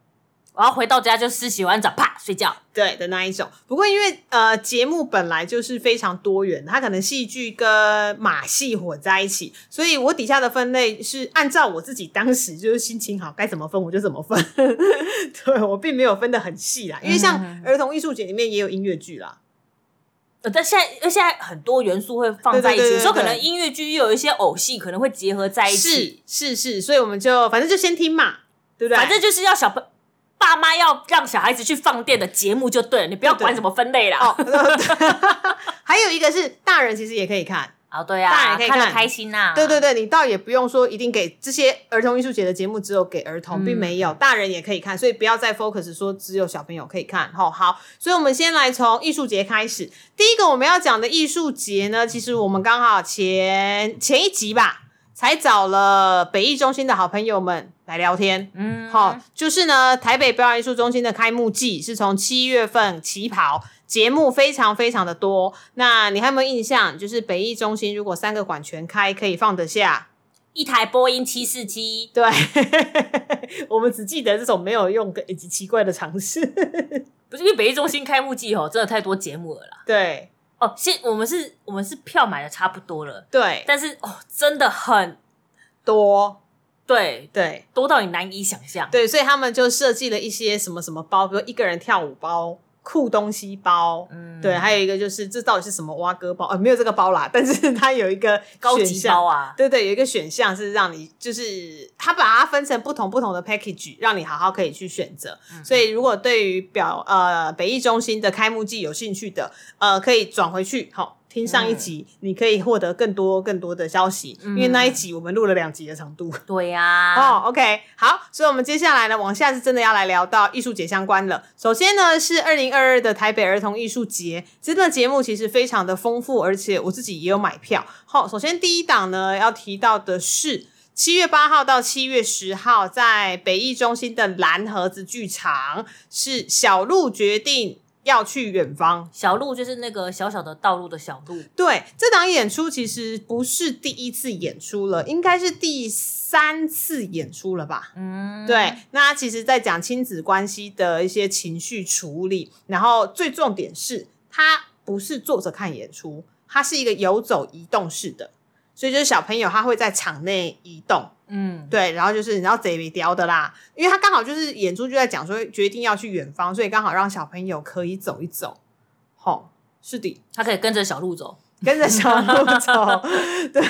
Speaker 2: 我要回到家就湿洗完澡，啪睡觉。
Speaker 1: 对的那一种，不过因为呃节目本来就是非常多元，它可能戏剧跟马戏混在一起，所以我底下的分类是按照我自己当时就是心情好该怎么分我就怎么分，对我并没有分的很细啦，因为像
Speaker 2: 嗯嗯嗯
Speaker 1: 儿童艺术节里面也有音乐剧啦，
Speaker 2: 呃但现在，因为现在很多元素会放在一
Speaker 1: 对对
Speaker 2: 起，
Speaker 1: 对
Speaker 2: 有时候可
Speaker 1: 对
Speaker 2: 能音乐剧又有一些偶戏，可能会结合在一起。
Speaker 1: 是是是，所以我们就反正就先听嘛，对不对？
Speaker 2: 反正就是要小朋爸妈要让小孩子去放电的节目就对了，你不要管什么分类啦。
Speaker 1: 哦，还有一个是大人其实也可以看，
Speaker 2: 啊，对
Speaker 1: 当
Speaker 2: 啊，
Speaker 1: 然可以
Speaker 2: 看得
Speaker 1: 看
Speaker 2: 开心呐、
Speaker 1: 对对对，你倒也不用说一定给这些儿童艺术节的节目只有给儿童，
Speaker 2: 嗯
Speaker 1: 并没有大人也可以看，所以不要再 focus 说只有小朋友可以看。吼，好，所以我们先来从艺术节开始。第一个我们要讲的艺术节呢，其实我们刚好前前一集吧，才找了北艺中心的好朋友们来聊天。
Speaker 2: 嗯，
Speaker 1: 好、就是呢，台北表演艺术中心的开幕季是从七月份起跑，节目非常非常的多。那你还有没有印象？就是北艺中心如果三个馆全开，可以放得下。
Speaker 2: 一台波音七四七，
Speaker 1: 对， 我们只记得这种没有用的以及奇怪的尝试。
Speaker 2: 不是因为北艺中心开幕季哦，真的太多节目了啦。
Speaker 1: 对
Speaker 2: 哦，现我们是我们是票买的差不多了，
Speaker 1: 对，
Speaker 2: 但是哦，真的很
Speaker 1: 多
Speaker 2: 对，
Speaker 1: 对
Speaker 2: 多到你难以想象。
Speaker 1: 对，所以他们就设计了一些什么什么包，比如一个人跳舞包、酷东西包。
Speaker 2: 嗯
Speaker 1: 对，，还有一个就是这到底是什么蛙哥包？呃，没有这个包啦，但是它有一个
Speaker 2: 高
Speaker 1: 选
Speaker 2: 级
Speaker 1: 项
Speaker 2: 包啊，
Speaker 1: 对对，有一个选项是让你，就是它把它分成不同不同的 package，让你好好可以去选择。
Speaker 2: 嗯
Speaker 1: 所以如果对于表呃北艺中心的开幕季有兴趣的，呃，可以转回去好。听上一集，你可以获得更多更多的消息，因为那一集我们录了两集的长度。
Speaker 2: 对呀、
Speaker 1: 哦、o k 好，所以我们接下来呢，往下是真的要来聊到艺术节相关了。首先呢，是二零二二的台北儿童艺术节，这个节目其实非常的丰富，而且我自己也有买票。好、首先第一档呢要提到的是。七月八号到七月十号，在北艺中心的蓝盒子剧场，是小鹿决定要去远方。
Speaker 2: 小路就是那个小小的道路的小路，
Speaker 1: 对，这档演出其实不是第一次演出了，应该是第三次演出了吧？
Speaker 2: 嗯，
Speaker 1: 对，那其实，在讲亲子关系的一些情绪处理，然后最重点是，它不是坐着看演出，它是一个游走移动式的，所以就是小朋友他会在场内移动，
Speaker 2: 嗯，
Speaker 1: 对，然后就是你知道贼没雕的啦，因为他刚好就是演出就在讲说决定要去远方，所以刚好让小朋友可以走一走，吼、是的，
Speaker 2: 他可以跟着小路走，
Speaker 1: 跟着小路走， 对，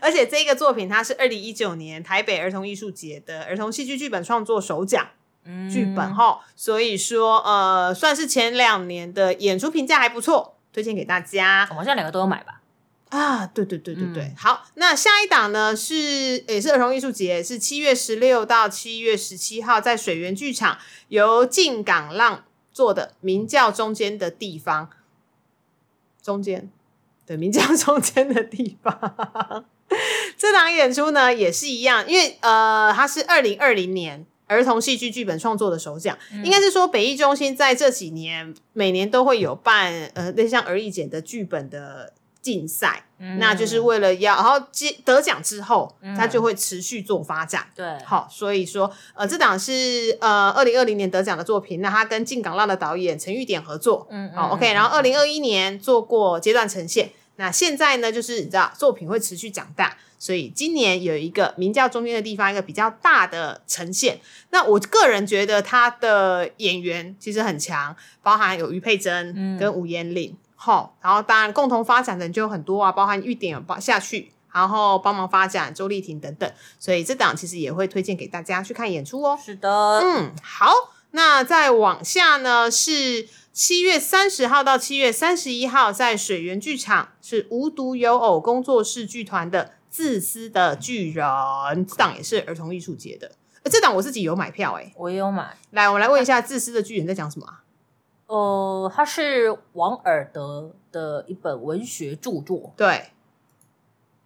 Speaker 1: 而且这个作品它是二零一九年台北儿童艺术节的儿童戏剧剧本创作首奖，
Speaker 2: 嗯，
Speaker 1: 剧本哈，所以说呃，算是前两年的演出评价还不错，推荐给大家
Speaker 2: 我好像两个都有买吧，
Speaker 1: 啊。对对对对对，
Speaker 2: 嗯
Speaker 1: 好，那下一档呢是也是儿童艺术节，是七月十六到七月十七号在水源剧场由进港浪做的，名叫中间的地方，中间。对，名叫中间的地方。这档演出呢也是一样，因为呃，它是二零二零年儿童戏剧剧本创作的首奖，
Speaker 2: 嗯
Speaker 1: 应该是说北艺中心在这几年每年都会有办呃类似像儿艺节的剧本的竞赛，
Speaker 2: 嗯
Speaker 1: 那就是为了要，然后接得奖之后，
Speaker 2: 嗯
Speaker 1: 它就会持续做发展。
Speaker 2: 对，
Speaker 1: 好，所以说，呃，这档是呃二零二零年得奖的作品，那它跟进港浪的导演陈玉典合作，
Speaker 2: 嗯，嗯
Speaker 1: 好、o k 然后二零二一年做过阶段呈现，那现在呢，就是你知道作品会持续长大，所以今年有一个名叫中间的地方，一个比较大的呈现。那我个人觉得他的演员其实很强，包含有于佩珍
Speaker 2: 嗯
Speaker 1: 跟吴彦霖，好、然后当然共同发展的人就有很多啊，包含玉典有帮下去。然后帮忙发展周丽婷等等，所以这档其实也会推荐给大家去看演出哦。
Speaker 2: 是的，
Speaker 1: 嗯，好，那再往下呢是七月三十号到七月三十一号，在水源剧场是无独有偶工作室剧团的《自私的巨人》，这档也是儿童艺术节的。呃这档我自己有买票哎、
Speaker 2: 我也有买，
Speaker 1: 来，我们来问一下《自私的巨人》在讲什么啊？
Speaker 2: 呃，它是王尔德的一本文学著作，
Speaker 1: 对，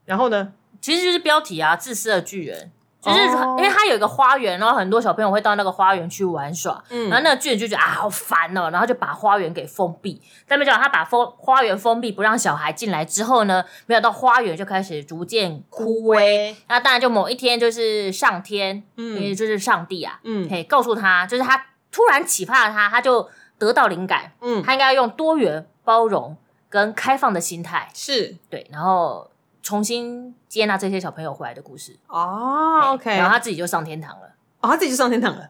Speaker 1: 然后呢？
Speaker 2: 其实就是标题啊，《自私的巨人》。就是
Speaker 1: 哦
Speaker 2: 因为它有一个花园，然后很多小朋友会到那个花园去玩耍，
Speaker 1: 嗯
Speaker 2: 然后那个巨人就觉得啊好烦哦，然后就把花园给封闭。但没想到他把封花园封闭，不让小孩进来之后呢，没想到花园就开始逐渐枯萎。
Speaker 1: 萎，
Speaker 2: 那当然就某一天就是上天，
Speaker 1: 嗯
Speaker 2: 也就是上帝啊，
Speaker 1: 嗯
Speaker 2: 嘿，告诉他，就是他突然启发了他，他就得到灵感，
Speaker 1: 嗯，
Speaker 2: 他应该要用多元、包容跟开放的心态，
Speaker 1: 是
Speaker 2: 对，然后重新接纳这些小朋友回来的故事。
Speaker 1: 哦
Speaker 2: 嘿
Speaker 1: ，OK，
Speaker 2: 然后
Speaker 1: 哦，
Speaker 2: 他自己就上天堂了。
Speaker 1: 他自己就上天堂了，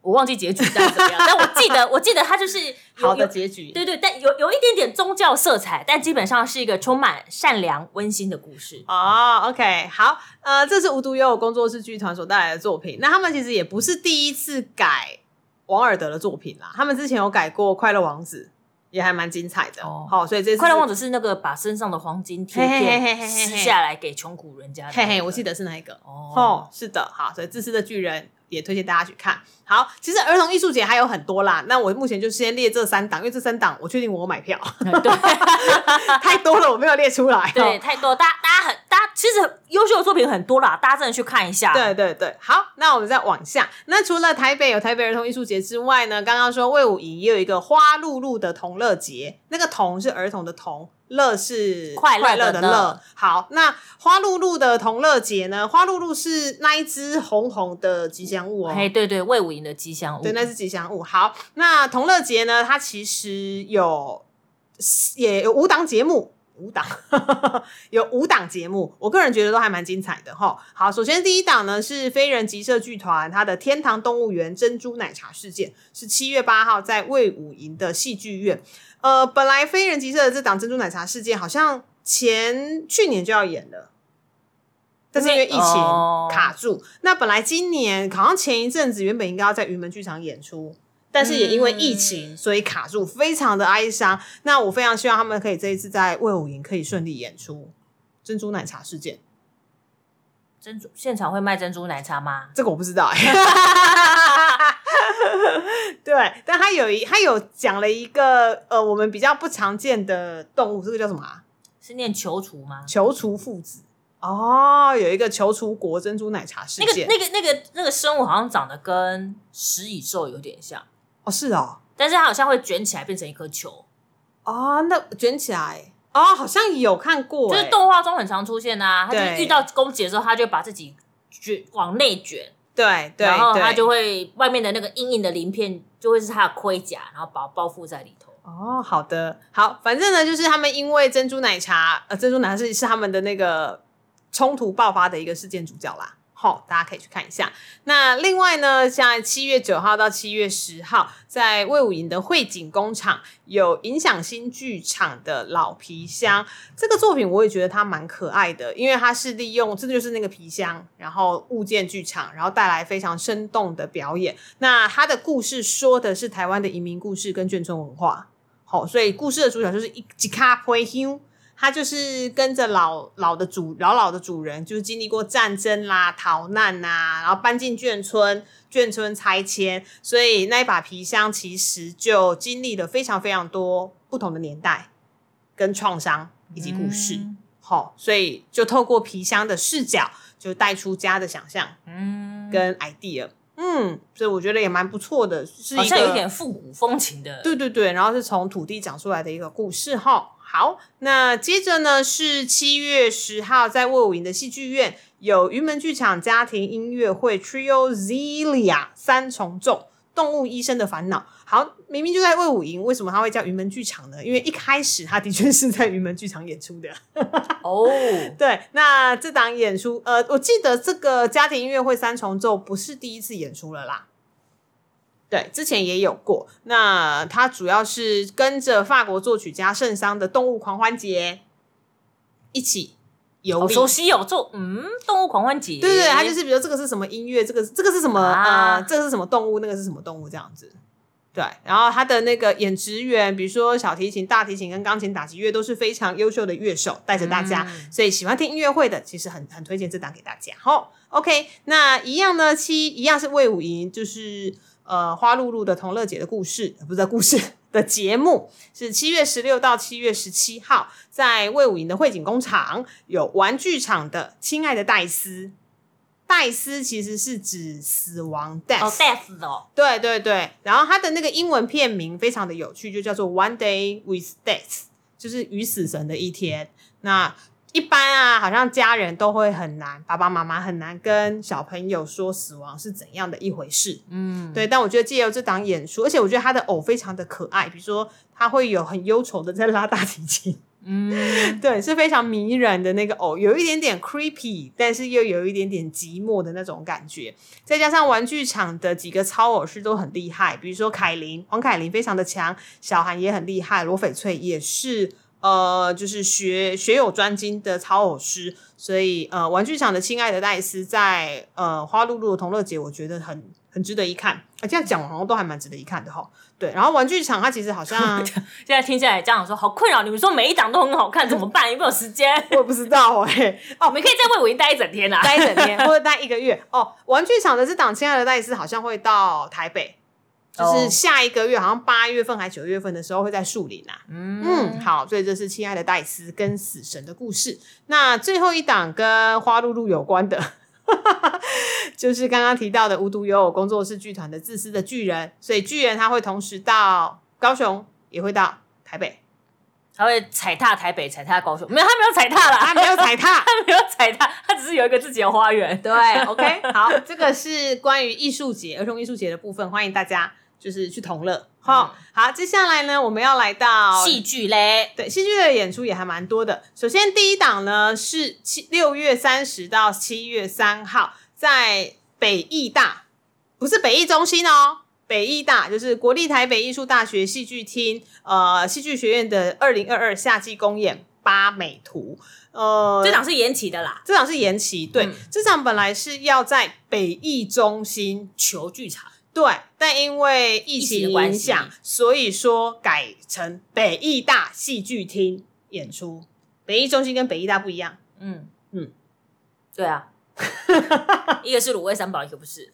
Speaker 2: 我忘记结局到底怎么样，但我记得，我记得他就是有
Speaker 1: 好的
Speaker 2: 有
Speaker 1: 结局，
Speaker 2: 对对，但有有一点点宗教色彩，但基本上是一个充满善良、温馨的故事。
Speaker 1: 哦，OK，好，呃，这是无独有偶工作室剧团所带来的作品。那他们其实也不是第一次改王尔德的作品啦，他们之前有改过《快乐王子》，也还蛮精彩的。
Speaker 2: 哦
Speaker 1: 好、所以这次
Speaker 2: 快乐王
Speaker 1: 子，
Speaker 2: 子是那个把身上的黄金贴
Speaker 1: 嘿嘿嘿嘿
Speaker 2: 片
Speaker 1: 嘿嘿
Speaker 2: 撕下来给穷苦人家的
Speaker 1: 嘿
Speaker 2: 那个，
Speaker 1: 嘿，我记得是那一个。
Speaker 2: 哦，
Speaker 1: 哦，是的，好，所以《自私的巨人》也推荐大家去看。好，其实儿童艺术节还有很多啦，那我目前就先列这三档，因为这三档我确定我有买票，
Speaker 2: 对
Speaker 1: 太多了，我没有列出来、哦。
Speaker 2: 对，太多，大家大家很大家其实优秀的作品很多啦，大家真的去看一下。
Speaker 1: 对对对，好，那我们再往下。那除了台北有台北儿童艺术节之外呢，刚刚说魏武营也有一个花露露的同乐节，那个童是儿童的童，乐是
Speaker 2: 快乐的
Speaker 1: 乐的
Speaker 2: 乐
Speaker 1: 乐。好，那花露露的同乐节呢，花露露是那一只红红的吉祥物哦。
Speaker 2: 嘿，对对，魏武营的吉祥物，
Speaker 1: 对，那是吉祥物。好，那同乐节呢，它其实有也有五档节目。五档 有五档节目，我个人觉得都还蛮精彩的哈。好，首先第一档呢是非人集社剧团它的《天堂动物园珍珠奶茶事件》，是七月八号在魏武营的戏剧院。呃，本来非人集社的这档珍珠奶茶事件好像前去年就要演了，但是因为疫情
Speaker 2: 哦
Speaker 1: 卡住。那本来今年好像前一阵子原本应该要在云门剧场演出，但是也因为疫情，
Speaker 2: 嗯
Speaker 1: 所以卡住，非常的哀伤。那我非常希望他们可以这一次在魏武营可以顺利演出珍珠奶茶事件。
Speaker 2: 珍珠现场会卖珍珠奶茶吗？
Speaker 1: 这个我不知 道、欸。对，但他有一他有讲了一个呃，我们比较不常见的动物，这个叫什么、啊？
Speaker 2: 是念球厨吗？
Speaker 1: 球厨父子。哦，有一个球厨国珍珠奶茶事
Speaker 2: 那个
Speaker 1: 件。
Speaker 2: 那个那个那个生物好像长得跟食蚁兽有点像，
Speaker 1: 哦，是哦，
Speaker 2: 但是它好像会卷起来变成一颗球，
Speaker 1: 哦，那卷起来。哦，好像有看过、
Speaker 2: 就
Speaker 1: 欸，
Speaker 2: 是动画中很常出现啊。它就是
Speaker 1: 对
Speaker 2: 遇到攻击的时候，它就会把自己卷往内卷，
Speaker 1: 对对，
Speaker 2: 然后它
Speaker 1: 对
Speaker 2: 就会外面的那个硬硬的鳞片就会是它的盔甲，然后把它包覆在里头。
Speaker 1: 哦，好的，好，反正呢，就是他们因为珍珠奶茶，呃，珍珠奶茶是是他们的那个冲突爆发的一个事件主角啦。好、大家可以去看一下。那另外呢，像七月九号到七月十号，在魏武营的汇景工厂有影响新剧场的《老皮箱》这个作品，我也觉得它蛮可爱的，因为它是利用这就是那个皮箱，然后物件剧场，然后带来非常生动的表演。那它的故事说的是台湾的移民故事跟眷村文化，好、所以故事的主角就是一吉卡佩休，他就是跟着老老的主老老的主人，就是经历过战争啦、逃难啊啦，然后搬进眷村，眷村拆迁，所以那一把皮箱其实就经历了非常非常多不同的年代跟创伤以及故事。
Speaker 2: 嗯
Speaker 1: 好、所以就透过皮箱的视角，就带出家的想象
Speaker 2: 嗯，
Speaker 1: 跟 idea。嗯，所以我觉得也蛮不错的，是一个
Speaker 2: 好像有点复古风情的。
Speaker 1: 对对对，然后是从土地长出来的一个故事哈。好，那接着呢是七月十号在魏武营的戏剧院有云门剧场家庭音乐会 Trio Zelia 三重奏《动物医生的烦恼》。好，明明就在魏武营，为什么它会叫云门剧场呢？因为一开始它的确是在云门剧场演出的。
Speaker 2: 哦，
Speaker 1: 对，那这档演出，呃，我记得这个家庭音乐会三重奏不是第一次演出了啦。对，之前也有过。那它主要是跟着法国作曲家圣桑的《动物狂欢节》一起游
Speaker 2: 好
Speaker 1: 历。
Speaker 2: 熟悉哦，做嗯，动物狂欢节，
Speaker 1: 对对对，它就是比如说这个是什么音乐，这个这个是什么、
Speaker 2: 啊
Speaker 1: 呃，这个是什么动物，那个是什么动物这样子。对，然后他的那个演职员，比如说小提琴、大提琴跟钢琴打击乐都是非常优秀的乐手，带着大家。
Speaker 2: 嗯
Speaker 1: 所以喜欢听音乐会的，其实很很推荐这档给大家。好、o k 那一样呢，七一样是魏武营，就是呃花露露的同乐节的故事，呃不是故事的节目，是七月十六到七月十七号，在魏武营的汇景工厂有玩具厂的《亲爱的戴斯》。戴斯其实是指死亡 death，、
Speaker 2: 哦，death 哦，
Speaker 1: 对对对，然后它的那个英文片名非常的有趣，就叫做《One Day with Death》，就是与死神的一天。那一般啊，好像家人都会很难，爸爸妈妈很难跟小朋友说死亡是怎样的一回事。
Speaker 2: 嗯，
Speaker 1: 对，但我觉得借由这档演出，而且我觉得他的偶非常的可爱，比如说他会有很忧愁的在拉大提琴，
Speaker 2: 嗯，
Speaker 1: 对，是非常迷人的那个偶，有一点点 creepy，但是又有一点点寂寞的那种感觉。再加上玩具厂的几个超偶师都很厉害，比如说凯琳、黄凯琳非常的强，小韩也很厉害，罗翡翠也是。呃，就是学学有专精的超偶师，所以呃，玩具厂的亲爱的戴斯在呃花露露的同乐节，我觉得很很值得一看。啊，这样讲好像都还蛮值得一看的哈。对，然后玩具厂它其实好像
Speaker 2: 现在听下来，家长说好困扰，你们说每一档都很好看，怎 么办？有没有时间？哦
Speaker 1: 我也不知道哎、
Speaker 2: 我们可以在魏武营待一整天啊！
Speaker 1: 待 一整天或者待一个月哦。玩具厂的这档《亲爱的戴斯》好像会到台北，就是下一个月好像八月份还九月份的时候会在树林啊。嗯，
Speaker 2: 嗯，
Speaker 1: 好，所以这是《亲爱的戴斯》跟死神的故事。那最后一档跟花露露有关的， 就是刚刚提到的无独有偶工作室剧团的《自私的巨人》，所以巨人他会同时到高雄，也会到台北，
Speaker 2: 他会踩踏台北，踩踏高雄，没有，他没有踩踏啦，
Speaker 1: 他啊没有踩踏。
Speaker 2: 他没有踩踏，他只是有一个自己的花园。
Speaker 1: 对，OK，好，这个是关于艺术节、儿童艺术节的部分，欢迎大家就是去同乐。好、好，接下来呢，我们要来到
Speaker 2: 戏剧嘞，
Speaker 1: 对，戏剧类的演出也还蛮多的。首先第一档呢是七六月三十到七月三号，在北艺大，不是北艺中心哦。北艺大就是国立台北艺术大学戏剧厅，呃，戏剧学院的二零二二夏季公演《八美图》。呃，
Speaker 2: 这档是延期的啦。
Speaker 1: 这场是延期，对，
Speaker 2: 嗯
Speaker 1: 这场本来是要在北艺中心球剧场，对，但因为疫
Speaker 2: 疫情
Speaker 1: 情
Speaker 2: 的关
Speaker 1: 影
Speaker 2: 系
Speaker 1: 响，啊所以说改成北艺大戏剧厅演出。北艺中心跟北艺大不一样，
Speaker 2: 嗯
Speaker 1: 嗯
Speaker 2: 嗯，对啊， 一个是卤味三宝，一个不是。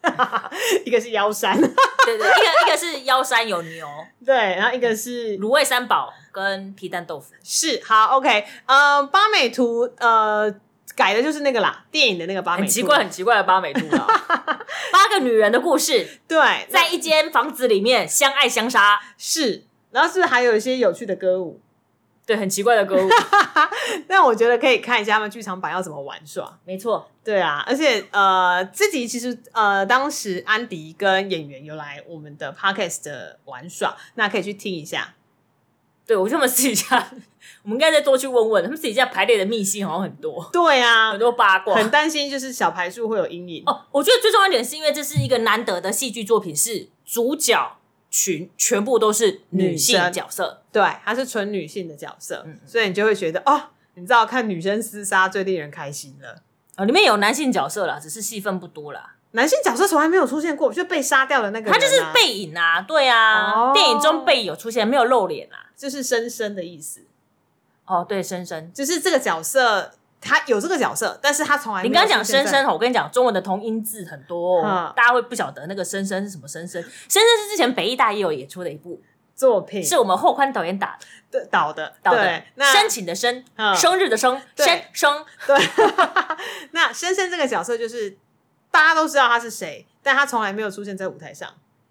Speaker 1: 一个是妖山，
Speaker 2: 对对，一个一个是腰山有牛，
Speaker 1: 对，然后一个是
Speaker 2: 卤味三宝跟皮蛋豆腐。
Speaker 1: 是好，OK，呃，八美图，呃，改的就是那个啦，电影的那个八美图，
Speaker 2: 很奇怪，很奇怪的八美兔 啊！八个女人的故事，
Speaker 1: 对，那
Speaker 2: 在一间房子里面相爱相杀，
Speaker 1: 是，然后是不是还有一些有趣的歌舞，
Speaker 2: 对，很奇怪的歌舞，
Speaker 1: 但我觉得可以看一下他们剧场版要怎么玩耍。
Speaker 2: 没错，
Speaker 1: 对啊，而且呃，自己其实呃，当时安迪跟演员有来我们的 podcast 的玩耍，那可以去听一下。
Speaker 2: 对我觉得我们私底下，我们应该再多去问问，他们私底下排列的秘辛好像很多，
Speaker 1: 对啊
Speaker 2: 很，多八卦，
Speaker 1: 很担心就是小牌数会有阴影。
Speaker 2: 哦，我觉得最重要一点是因为这是一个难得的戏剧作品，是主角群全部都是女性角色，
Speaker 1: 对，她是纯女性的角色，
Speaker 2: 嗯
Speaker 1: 所以你就会觉得哦，你知道看女生厮杀最令人开心了。
Speaker 2: 呃，里面有男性角色啦，只是戏份不多啦。
Speaker 1: 男性角色从来没有出现过，就被杀掉的那个人啊、
Speaker 2: 他就是背影啊，对啊，
Speaker 1: 哦
Speaker 2: 电影中背影有出现，没有露脸啊。
Speaker 1: 就是深深的意思，
Speaker 2: 哦，对，深深，
Speaker 1: 就是这个角色他有这个角色，但是他从来啊没
Speaker 2: 你
Speaker 1: 有
Speaker 2: 刚刚讲
Speaker 1: 出现
Speaker 2: 深
Speaker 1: 在
Speaker 2: 深，我跟你讲，中文的同音字很多、哦
Speaker 1: 嗯，
Speaker 2: 大家会不晓得那个深深是什么深深。深深是之前北艺大也有演出的一部，
Speaker 1: 作品
Speaker 2: 是我们后宽导演打
Speaker 1: 对导的
Speaker 2: 导的
Speaker 1: 对，那
Speaker 2: 申请的申
Speaker 1: 嗯，
Speaker 2: 生日的生，
Speaker 1: 对
Speaker 2: 生生，
Speaker 1: 对， 那深深这个角色就是大家都知道他是谁，但他从来没有出现在舞台上，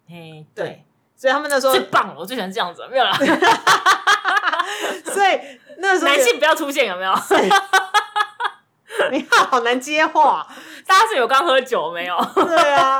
Speaker 2: 哎，对
Speaker 1: 对，所以他们那时候，
Speaker 2: 最棒了，我最喜欢这样子，没有啦。
Speaker 1: 所以那时候
Speaker 2: 男性不要出现，有 没有？
Speaker 1: 你 好难接话，
Speaker 2: 大家是有刚喝酒没有？
Speaker 1: 对啊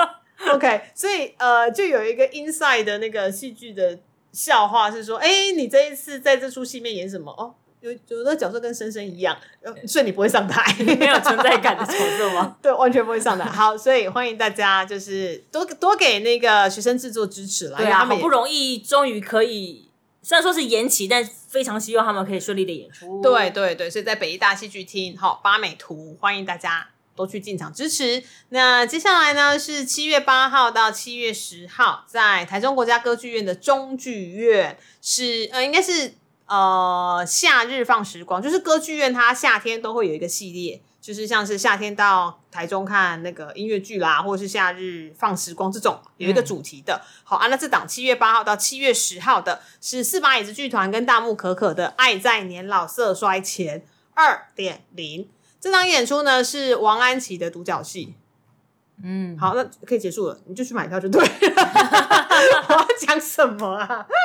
Speaker 1: ，OK，所以呃，就有一个 inside 的那个戏剧的笑话是说，哎、你这一次在这出戏里面演什么？哦。有有的角色跟深深一样，呃所以你不会上台，
Speaker 2: 没有存在感的角色 吗？
Speaker 1: 对，完全不会上台。好，所以欢迎大家就是多多给那个学生制作支持啦，
Speaker 2: 对
Speaker 1: 因为他
Speaker 2: 啊，好
Speaker 1: 们也
Speaker 2: 不容易终于可以，虽然说是延期，但非常希望他们可以顺利的演出。
Speaker 1: 对，对对，所以在北医大戏剧厅，好八美图，欢迎大家多去进场支持。那接下来呢是七月八号到七月十号，在台中国家歌剧院的中剧院是呃，应该是呃夏日放时光，就是歌剧院它夏天都会有一个系列。就是像是夏天到台中看那个音乐剧啦，或者是夏日放时光这种有一个
Speaker 2: 嗯
Speaker 1: 主题的。好啊，那这档七月八号到七月十号的是四把椅子剧团跟大木可可的《爱在年老色衰前》二点零。这档演出呢是王安琪的独角戏。
Speaker 2: 嗯，
Speaker 1: 好，那可以结束了，你 就去买票就对了。我要讲什么啊？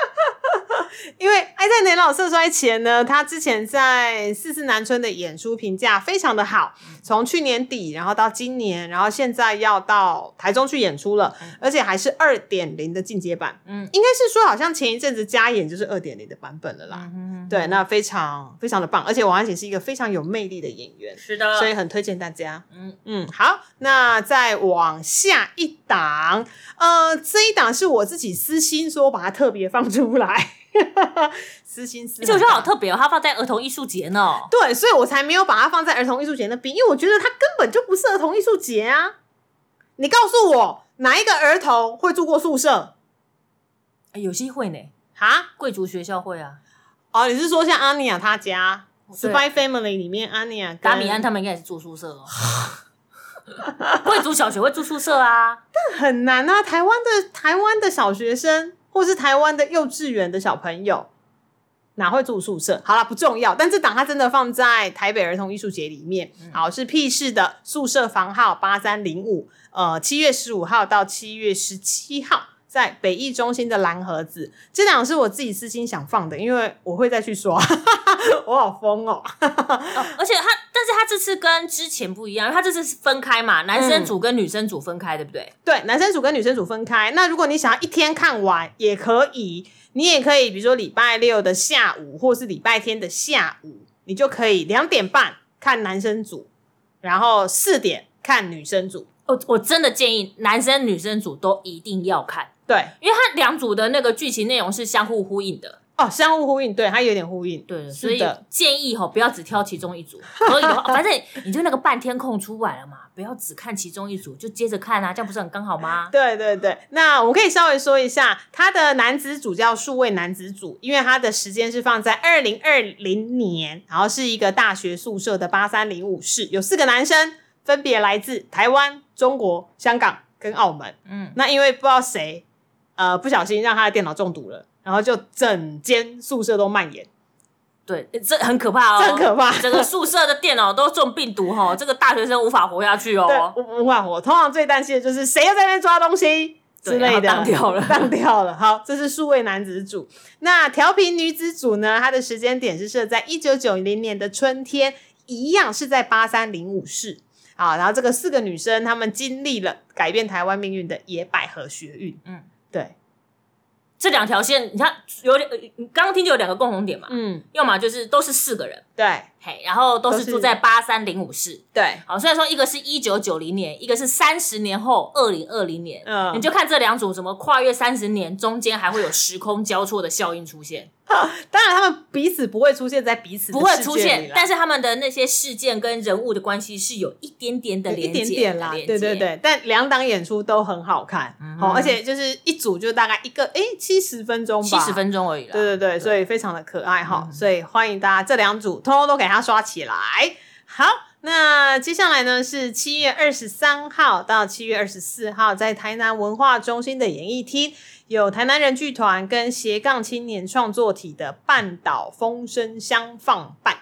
Speaker 1: 因为《爱在年老色衰前》呢，他之前在四四南村的演出评价非常的好，
Speaker 2: 嗯
Speaker 1: 从去年底，然后到今年，然后现在要到台中去演出了，而且还是二点零的进阶版。嗯
Speaker 2: 嗯，
Speaker 1: 应该是说好像前一阵子加演就是二点零的版本了啦。
Speaker 2: 嗯，
Speaker 1: 对，那非常非常的棒，而且王安琪是一个非常有魅力的演员。
Speaker 2: 是的，
Speaker 1: 所以很推荐大家。嗯
Speaker 2: 嗯
Speaker 1: 嗯，好，那再往下一档，呃，这一档是我自己私心说把它特别放出来，私心私，
Speaker 2: 而且我觉得好。特别哦，它放在儿童艺术节呢。
Speaker 1: 对，所以我才没有把它放在儿童艺术节那边，因为我觉得它根本就不是儿童艺术节啊！你告诉我，哪一个儿童会住过宿舍
Speaker 2: 哎有些会呢，
Speaker 1: 啊？
Speaker 2: 贵族学校会啊，
Speaker 1: 哦，你是说像安妮亚她家《
Speaker 2: 对啊
Speaker 1: Spy Family》里面安妮亚跟
Speaker 2: 达米安他们应该也是住宿舍哦。 贵族小学会住宿舍啊，
Speaker 1: 很难啊！台湾的台湾的小学生，或是台湾的幼稚园的小朋友，哪会住宿舍？好啦，不重要。但这档它真的放在台北儿童艺术节里面，好是 P 市的宿舍房号八三零五，呃，七月十五号到七月十七号。在北艺中心的蓝盒子，这档是我自己私心想放的，因为我会再去刷， 我好疯哦！
Speaker 2: 哦而且他，但是他这次跟之前不一样，因为他这次是分开嘛，男生组跟女生组分开，对不对？
Speaker 1: 对，男生组跟女生组分开。那如果你想要一天看完也可以，你也可以，比如说礼拜六的下午，或是礼拜天的下午，你就可以两点半看男生组，然后四点看女生组。
Speaker 2: 我我真的建议男生女生组都一定要看，
Speaker 1: 对，
Speaker 2: 因为他两组的那个剧情内容是相互呼应的。
Speaker 1: 哦，相互呼应，对，它有点呼应。
Speaker 2: 对，所
Speaker 1: 是
Speaker 2: 以
Speaker 1: 的，
Speaker 2: 建议吼不要只挑其中一组，所以的话，反正你就那个半天空出来了嘛，不要只看其中一组，就接着看啊，这样不是很刚好吗？
Speaker 1: 对对对。那我们可以稍微说一下，它的男子组叫数位男子组，因为它的时间是放在二零二零年，然后是一个大学宿舍的八三零五室，有四个男生，分别来自台湾、中国、香港跟澳门。
Speaker 2: 嗯，
Speaker 1: 那因为不知道谁，呃，不小心让他的电脑中毒了，然后就整间宿舍都蔓延，
Speaker 2: 对，这很可怕哦，
Speaker 1: 这很可怕。
Speaker 2: 整个宿舍的电脑都中病毒吼，这个大学生无法活下去
Speaker 1: 对
Speaker 2: 哦，。
Speaker 1: 无无法活。通常最担心的就是谁又在那边抓东西
Speaker 2: 对
Speaker 1: 之类的，
Speaker 2: 然后当 掉了
Speaker 1: 当掉了。好，这是数位男子组。那调皮女子组呢？它的时间点是设在一九九零年的春天，一样是在八三零五室。好，然后这个四个女生，她们经历了改变台湾命运的野百合学运。
Speaker 2: 嗯
Speaker 1: 嗯，对，
Speaker 2: 这两条线，你看有点，呃你刚刚听就有两个共同点嘛，
Speaker 1: 嗯，
Speaker 2: 要么就是都是四个人，
Speaker 1: 对，
Speaker 2: 嘿，然后都
Speaker 1: 都
Speaker 2: 是
Speaker 1: 是
Speaker 2: 住在八三零五室。
Speaker 1: 对，
Speaker 2: 好，虽然说一个是一九九零年，一个是三十年后二零二零年，
Speaker 1: 嗯
Speaker 2: 你就看这两组怎么跨越三十年，中间还会有时空交错的效应出 现，
Speaker 1: 当然，他们彼此不会出现在彼此的
Speaker 2: 不会
Speaker 1: 世界
Speaker 2: 出
Speaker 1: 里
Speaker 2: 现
Speaker 1: 啦，
Speaker 2: 但是他们的那些事件跟人物的关系是有一点点的
Speaker 1: 有一
Speaker 2: 连接，
Speaker 1: 点点啦，
Speaker 2: 连
Speaker 1: 对
Speaker 2: 接
Speaker 1: 对，对。但两档演出都很好看，
Speaker 2: 嗯哼
Speaker 1: 哦，而且就是一组就大概一个诶七十分钟吧，
Speaker 2: 七十。分钟而已啦。
Speaker 1: 对对嗯对，所以非常的可爱哈，所以欢迎大家这两组通通都给它刷起来。好，那接下来呢是七月二十三号到七月二十四号，在台南文化中心的演艺厅，有台南人剧团跟斜杠青年创作体的半岛风声相放伴。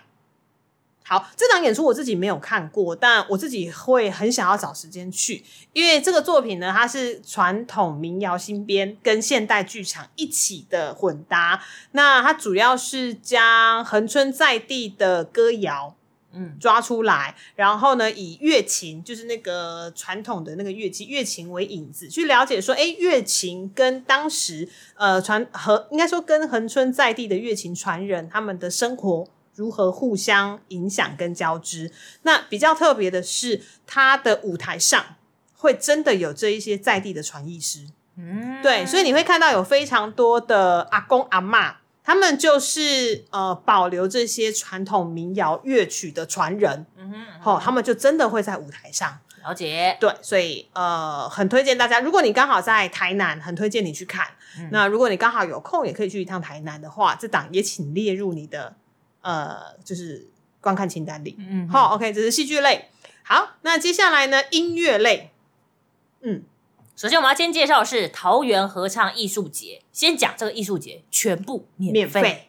Speaker 1: 好，这档演出我自己没有看过，但我自己会很想要找时间去，因为这个作品呢，它是传统民谣新编跟现代剧场一起的混搭。那它主要是将恒春在地的歌谣
Speaker 2: 嗯，
Speaker 1: 抓出来，然后呢，以乐琴就是那个传统的那个乐器乐琴为引子，去了解说，哎，乐琴跟当时呃传和应该说跟恒春在地的乐琴传人他们的生活。如何互相影响跟交织？那比较特别的是，它的舞台上会真的有这一些在地的传艺师，
Speaker 2: 嗯，
Speaker 1: 对，所以你会看到有非常多的阿公阿嬷，他们就是呃保留这些传统民谣乐曲的传人，
Speaker 2: 嗯哼嗯哼
Speaker 1: 哦，他们就真的会在舞台上。
Speaker 2: 了解，
Speaker 1: 对，所以呃，很推荐大家，如果你刚好在台南，很推荐你去看。
Speaker 2: 嗯
Speaker 1: 那如果你刚好有空，也可以去一趟台南的话，这档也请列入你的呃，就是观看清单里。
Speaker 2: 嗯，嗯，
Speaker 1: 好、o k 这是戏剧类。好，那接下来呢，音乐类，嗯，
Speaker 2: 首先我们要先介绍的是桃园合唱艺术节，先讲这个艺术节全部
Speaker 1: 免
Speaker 2: 免费。
Speaker 1: 费。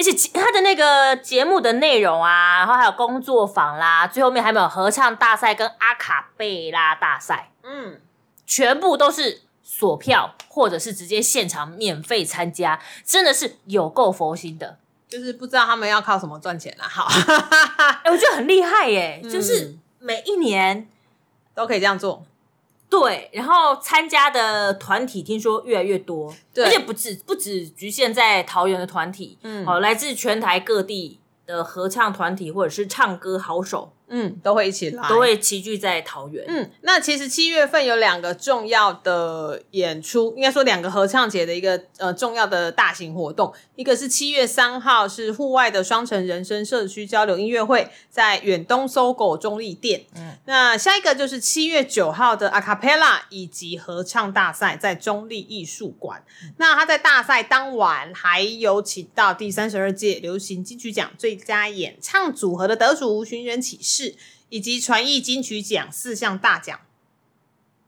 Speaker 2: 而且其他的那个节目的内容啊，然后还有工作坊啦，最后面还有合唱大赛跟阿卡贝拉大赛，
Speaker 1: 嗯，
Speaker 2: 全部都是索票或者是直接现场免费参加，真的是有够佛心的。
Speaker 1: 就是不知道他们要靠什么赚钱啦、好，
Speaker 2: 哎、我觉得很厉害耶、
Speaker 1: 嗯
Speaker 2: 就是每一年
Speaker 1: 都可以这样做。
Speaker 2: 对，然后参加的团体听说越来越多，
Speaker 1: 对
Speaker 2: 而且不止不止局限在桃园的团体，
Speaker 1: 嗯
Speaker 2: 哦，来自全台各地的合唱团体或者是唱歌好手
Speaker 1: 嗯，都会一起来，
Speaker 2: 都。会齐聚在桃园。
Speaker 1: 嗯，那其实七月份有两个重要的演出，应该说两个合唱节的一个呃重要的大型活动，一个是七月三号是户外的双城人生社区交流音乐会，在远东搜狗中立店。
Speaker 2: 嗯
Speaker 1: 嗯，那下一个就是七月九号的 a cappella 以及合唱大赛在中立艺术馆。那他在大赛当晚还有请到第三十二届流行金曲奖最佳演唱组合的得主寻人启事。市以及传艺金曲奖四项大奖。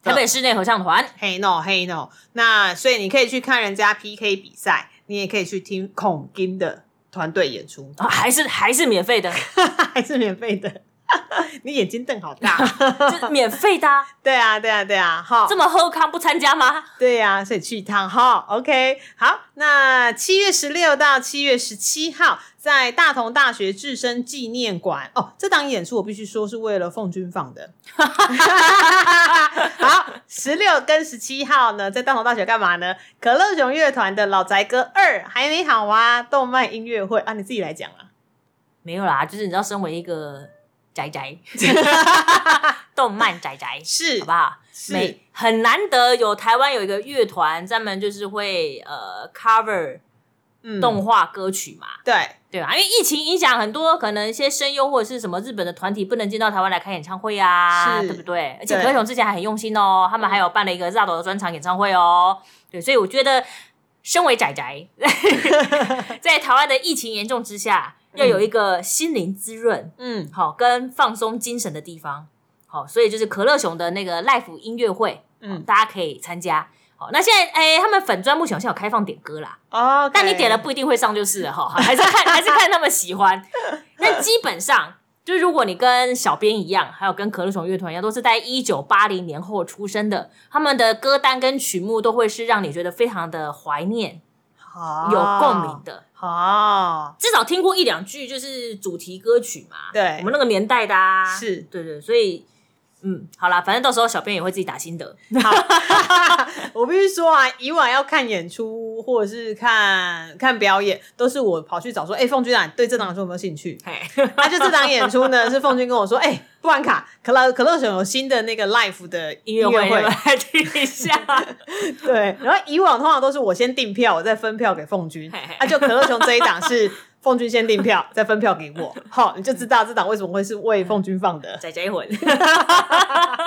Speaker 3: 台北室内合唱团，
Speaker 1: 黑 no 黑 no，那所以你可以去看人家 PK 比赛，你也可以去听孔金的团队演出，
Speaker 2: 啊还是还是免费的，
Speaker 1: 还是免费的。 你眼睛瞪好大，
Speaker 2: 就是免费的、啊，
Speaker 1: 对啊，对啊，对啊，哈，
Speaker 2: 这么喝康不参加吗？
Speaker 1: 对呀、所以去一趟哈。OK，好，那七月十六到七月十七号，在大同大学智深纪念馆哦，这档演出我必须说是为了凤君放 的。好，十六跟十七号呢，在大同大学干嘛呢？可乐熊乐团的《老宅歌二》还没好啊，动漫音乐会啊，你自己来讲啦。
Speaker 2: 没有啦，就是你知道，身为一个 宅宅，动漫宅宅，
Speaker 1: 是
Speaker 2: 好不好？
Speaker 1: 是
Speaker 2: 每很难得有台湾有一个乐团，专门就是会呃 cover
Speaker 1: 嗯
Speaker 2: 动画歌曲嘛，
Speaker 1: 对
Speaker 2: 对吧？因为疫情影响很多，可能一些声优或者是什么日本的团体不能进到台湾来开演唱会啊，
Speaker 1: 是
Speaker 2: 对不对？而且
Speaker 1: 对嗯
Speaker 2: 何炅之前还很用心哦，他们还有办了一个绕岛的专场演唱会哦，对，所以我觉得身为仔仔， 在台湾的疫情严重之下，要有一个心灵滋润，
Speaker 1: 嗯，
Speaker 2: 好跟放松精神的地方，好，所以就是可乐熊的那个 live 音乐会，
Speaker 1: 嗯
Speaker 2: 嗯，大家可以参加。好，那现在哎、他们粉专目前好像有开放点歌啦，
Speaker 1: 哦、
Speaker 2: 但你点了不一定会上就是了哈， 还是看还是看他们喜欢。但基本上就是如果你跟小编一样，还有跟可乐熊乐团一样，都是在一九八零年后出生的，他们的歌单跟曲目都会是让你觉得非常的怀念、
Speaker 1: 啊
Speaker 2: 有共鸣的。
Speaker 1: 哦，
Speaker 2: 至少听过一两句就是主题歌曲嘛，
Speaker 1: 对
Speaker 2: 我们那个年代的啊，
Speaker 1: 是
Speaker 2: 对对，所以嗯，好啦，反正到时候小编也会自己打心得，
Speaker 1: 好，我必须说啊，以往要看演出或者是看看表演，都是我跑去找说，哎、凤君啊，你对这档演出有没有兴趣？
Speaker 2: 嘿，
Speaker 1: 那就这档演出呢，是凤君跟我说，哎、布兰卡可乐可乐熊有新的那个 live 的音
Speaker 2: 音
Speaker 1: 乐
Speaker 2: 乐会
Speaker 1: 会，
Speaker 2: 来听一下，
Speaker 1: 对。然后以往通常都是我先订票，我再分票给凤君
Speaker 2: 嘿嘿，
Speaker 1: 啊，就可乐熊这一档是。凤君先订票，再分票给 我，好，你就知道这档为什么会是为凤君放的。
Speaker 2: 仔仔一魂，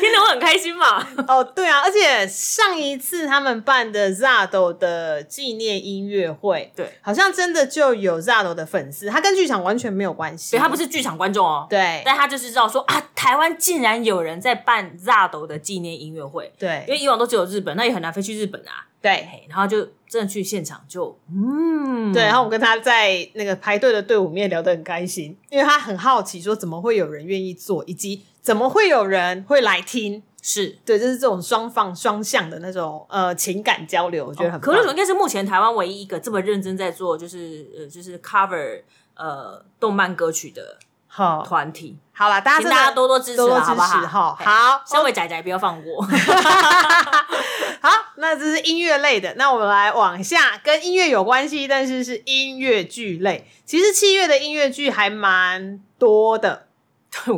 Speaker 2: 听得我很开心嘛，
Speaker 1: 哦，对啊，而且上一次他们办的 Zado 的纪念音乐会，
Speaker 2: 对，
Speaker 1: 好像真的就有 Zado 的粉丝，他跟剧场完全没有关系，
Speaker 2: 所以他不是剧场观众哦，
Speaker 1: 对
Speaker 2: 但他就是知道说啊，台湾竟然有人在办 ZADO 的纪念音乐会，因
Speaker 1: 对
Speaker 2: 为以往都只有日本，那也很难飞去日本啊，
Speaker 1: 对
Speaker 2: 嘿，然后就真的去现场就嗯，
Speaker 1: 对，然后我跟他在那个排队的队伍里面聊得很开心，因为他很好奇说怎么会有人愿意做，以及怎么会有人会来听，
Speaker 2: 是。
Speaker 1: 对，就是这种双方双向的那种呃情感交流，我觉得很
Speaker 2: 哦可
Speaker 1: 棒。
Speaker 2: 乐熊应该是目前台湾唯一一个这么认真在做，就是呃，就是 cover 呃动漫歌曲的
Speaker 1: 好，
Speaker 2: 团体，
Speaker 1: 好啦，大家
Speaker 2: 请
Speaker 1: 啊真的
Speaker 2: 大家多多支持
Speaker 1: 多多
Speaker 2: 啦，
Speaker 1: 支
Speaker 2: 好不
Speaker 1: 持
Speaker 2: 好？
Speaker 1: 哈，
Speaker 2: 嘿
Speaker 1: 好，
Speaker 2: 身为仔仔不要放 过，
Speaker 1: 好，那这是音乐类的，那我们来往下，跟音乐有关系，但是是音乐剧类。其实七月的音乐剧还蛮多的。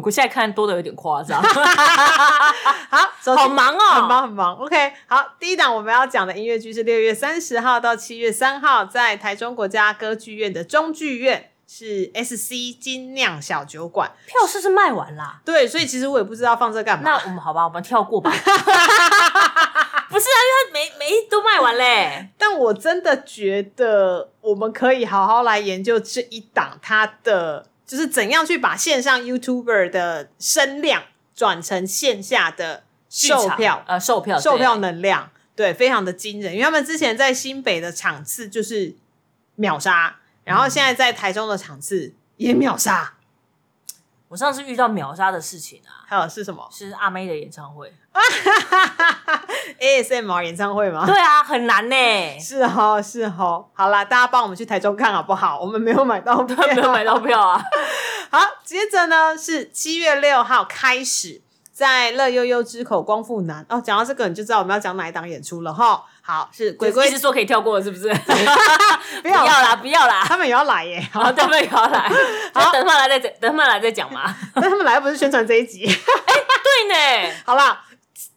Speaker 2: 我现在看多的有点夸张，
Speaker 1: 好，首先
Speaker 2: 好忙哦，
Speaker 1: 很忙很忙。OK，好，第一档我们要讲的音乐剧是六月三十号到七月三号，在台中国家歌剧院的中剧院。是 S C 金酿小酒馆，
Speaker 2: 票是不是卖 完啦？
Speaker 1: 对，所以其实我也不知道放这干
Speaker 2: 那
Speaker 1: 嘛。
Speaker 2: 我们好吧，我们跳 过吧。不是啊，因为它每每一都卖完嘞。
Speaker 1: 但我真的觉得我们可以好好来研究这一档它的，就是怎样去把线上 YouTuber 的声量转成线下的售
Speaker 2: 剧
Speaker 1: 票
Speaker 2: 场、呃，售票，
Speaker 1: 售票
Speaker 2: 对
Speaker 1: 能量，对，非常的惊人。因为他们之前在新北的场次就是秒杀，然后现在在台中的场次也秒杀，
Speaker 2: 我上次遇到秒杀的事情啊，
Speaker 1: 还有是什么
Speaker 2: 是阿妹的演唱会。
Speaker 1: ASMR 演唱会吗？
Speaker 2: 对啊，很难 呢、
Speaker 1: 是哦，是哦，好啦，大家帮我们去台中看好不好？我们没有买到票，
Speaker 2: 没有买到票啊。
Speaker 1: 好，接着呢是七月六号开始，在乐悠悠之口光复南哦，讲到这个你就知道我们要讲哪一档演出了哈。好，是鬼
Speaker 2: 一
Speaker 1: 鬼
Speaker 2: 直说可以跳过了，是不是？
Speaker 1: 不
Speaker 2: 不要啦，不 要啦。
Speaker 1: 他们也要来耶。
Speaker 2: 好，他们也要来，就等他们来再等他们来再讲 嘛。
Speaker 1: 但他们来又不是宣传这一集，
Speaker 2: 对呢，
Speaker 1: 好啦。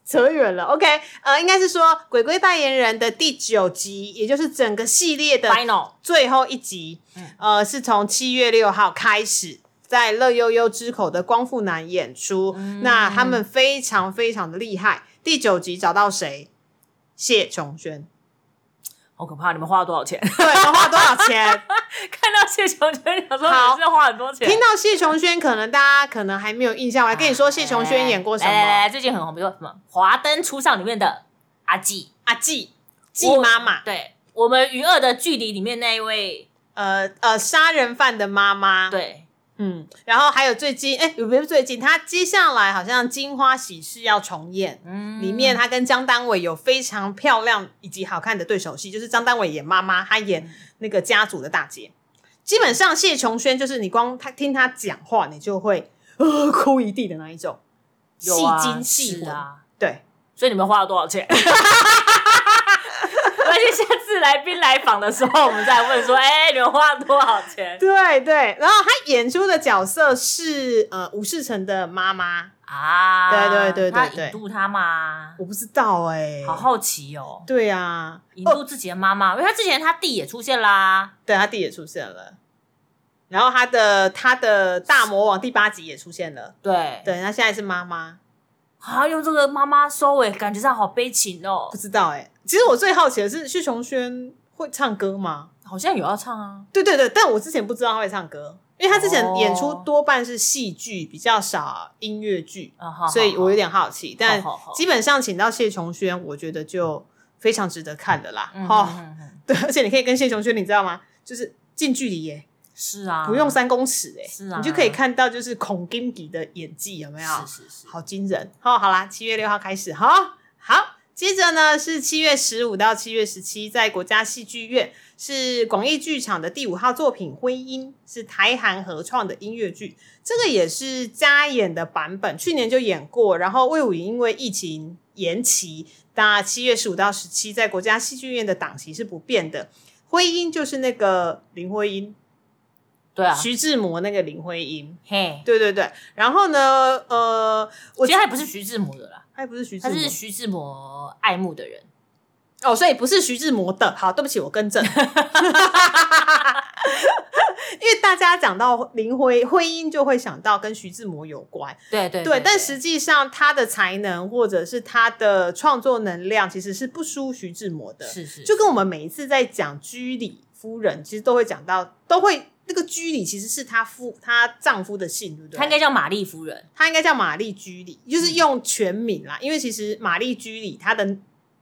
Speaker 1: 扯远了，OK，呃，应该是说鬼鬼代言人的第九集，也就是整个系列的
Speaker 2: final
Speaker 1: 最后一集，
Speaker 2: 嗯
Speaker 1: 呃，是从七月六号开始，在乐悠悠之口的光复南演出。
Speaker 2: 嗯
Speaker 1: 那他们非常非常的厉害。第九集找到谁？谢琼轩。
Speaker 2: 好可怕！你们花了多少钱？
Speaker 1: 对，花多少钱？
Speaker 2: 看到谢琼就会想说，
Speaker 1: 好
Speaker 2: 你是花很多钱。
Speaker 1: 听到谢琼轩，可能大家可能还没有印象，我啊还跟你说谢琼轩演过什
Speaker 2: 啊来来来
Speaker 1: 么？
Speaker 2: 来最近很红，比如说什么《华灯初上》里面的阿纪，
Speaker 1: 阿啊季，季妈妈，
Speaker 2: 对我们《余二的距离》里面那一位，
Speaker 1: 呃呃，杀人犯的妈妈。，
Speaker 2: 对，
Speaker 1: 嗯，然后还有最近，哎，不是最近，他接下来好像《金花喜事》要重演。
Speaker 2: 嗯
Speaker 1: 里面他跟江丹伟有非常漂亮以及好看的对手戏，就是江丹伟演妈妈，她演那个家族的大姐。基本上谢琼轩就是你光他听他讲话，你就会呃哭一地的那一种，戏
Speaker 2: 有啊
Speaker 1: 精戏
Speaker 2: 是
Speaker 1: 魂。
Speaker 2: 啊，
Speaker 1: 对，
Speaker 2: 所以你们花了多少钱？ 而且下次来宾来访的时候，我们再问说，哎、你们花了多少钱
Speaker 1: 对对，然后他演出的角色是呃吴世成的妈妈，
Speaker 2: 啊？
Speaker 1: 对对对对
Speaker 2: 他
Speaker 1: 对嗯
Speaker 2: 引渡他吗？
Speaker 1: 我不知道哎、
Speaker 2: 好好奇哦，
Speaker 1: 对啊，
Speaker 2: 引渡自己的妈妈，因为他之前他弟也出现啦，
Speaker 1: 对他弟也出现了，然后他的他的大魔王第八集也出现了，
Speaker 2: 对，
Speaker 1: 对，那现在是妈妈，
Speaker 2: 啊，用这个妈妈收尾，感觉上好悲情哦
Speaker 1: 不，知道哎、其实我最好奇的是，谢琼轩会唱歌吗？
Speaker 2: 好像有要唱啊，
Speaker 1: 对对对，但我之前不知道他会唱歌，因为他之前
Speaker 2: 哦
Speaker 1: 演出多半是戏剧，比较少音乐剧，
Speaker 2: 啊好，
Speaker 1: 所以我有
Speaker 2: 点
Speaker 1: 点好奇。但
Speaker 2: 好好
Speaker 1: 基本上请到谢琼轩，我觉得就非常值得看的啦。
Speaker 2: 哦
Speaker 1: 哦，，对，而且你可以跟谢琼轩，你知道吗？就是近距离耶，
Speaker 2: 是啊，
Speaker 1: 不用三公尺耶，
Speaker 2: 是啊
Speaker 1: 你就可以看到就是孔金迪的演技有没有？
Speaker 2: 是是是，
Speaker 1: 好惊人！哦，好啦，七月六号开始，好好。接着呢是七月十五到七月十七，在国家戏剧院是广义剧场的第五号作品《婚姻》，是台韩合创的音乐剧，这个也是加演的版本，去年就演过，然后魏武营因为疫情延期，那七月十五到十七在国家戏剧院的档期是不变的。婚姻就是那个林徽因，
Speaker 2: 对啊，
Speaker 1: 徐志摩那个林徽因，
Speaker 2: 嘿，
Speaker 1: 对对对。然后呢，呃，我
Speaker 2: 其实他也不是徐志摩的啦，
Speaker 1: 他也不是徐志
Speaker 2: 他
Speaker 1: 摩，
Speaker 2: 是徐志摩爱慕的人。
Speaker 1: 哦，所以不是徐志摩的。好，对不起，我更正。 因为大家讲到林徽徽因，就会想到跟徐志摩有关，
Speaker 2: 对对
Speaker 1: 对。但实际上，他的才能或者是他的创作能量，其实是不输徐志摩的。
Speaker 2: 是是
Speaker 1: 就跟我们每一次在讲居里夫人，其实都会讲到，都会那个居里其实是她夫她丈夫的姓，对不对？
Speaker 2: 他应该叫玛丽夫人，
Speaker 1: 她应该叫玛丽居里，就是用全名啦，因为其实玛丽居里她的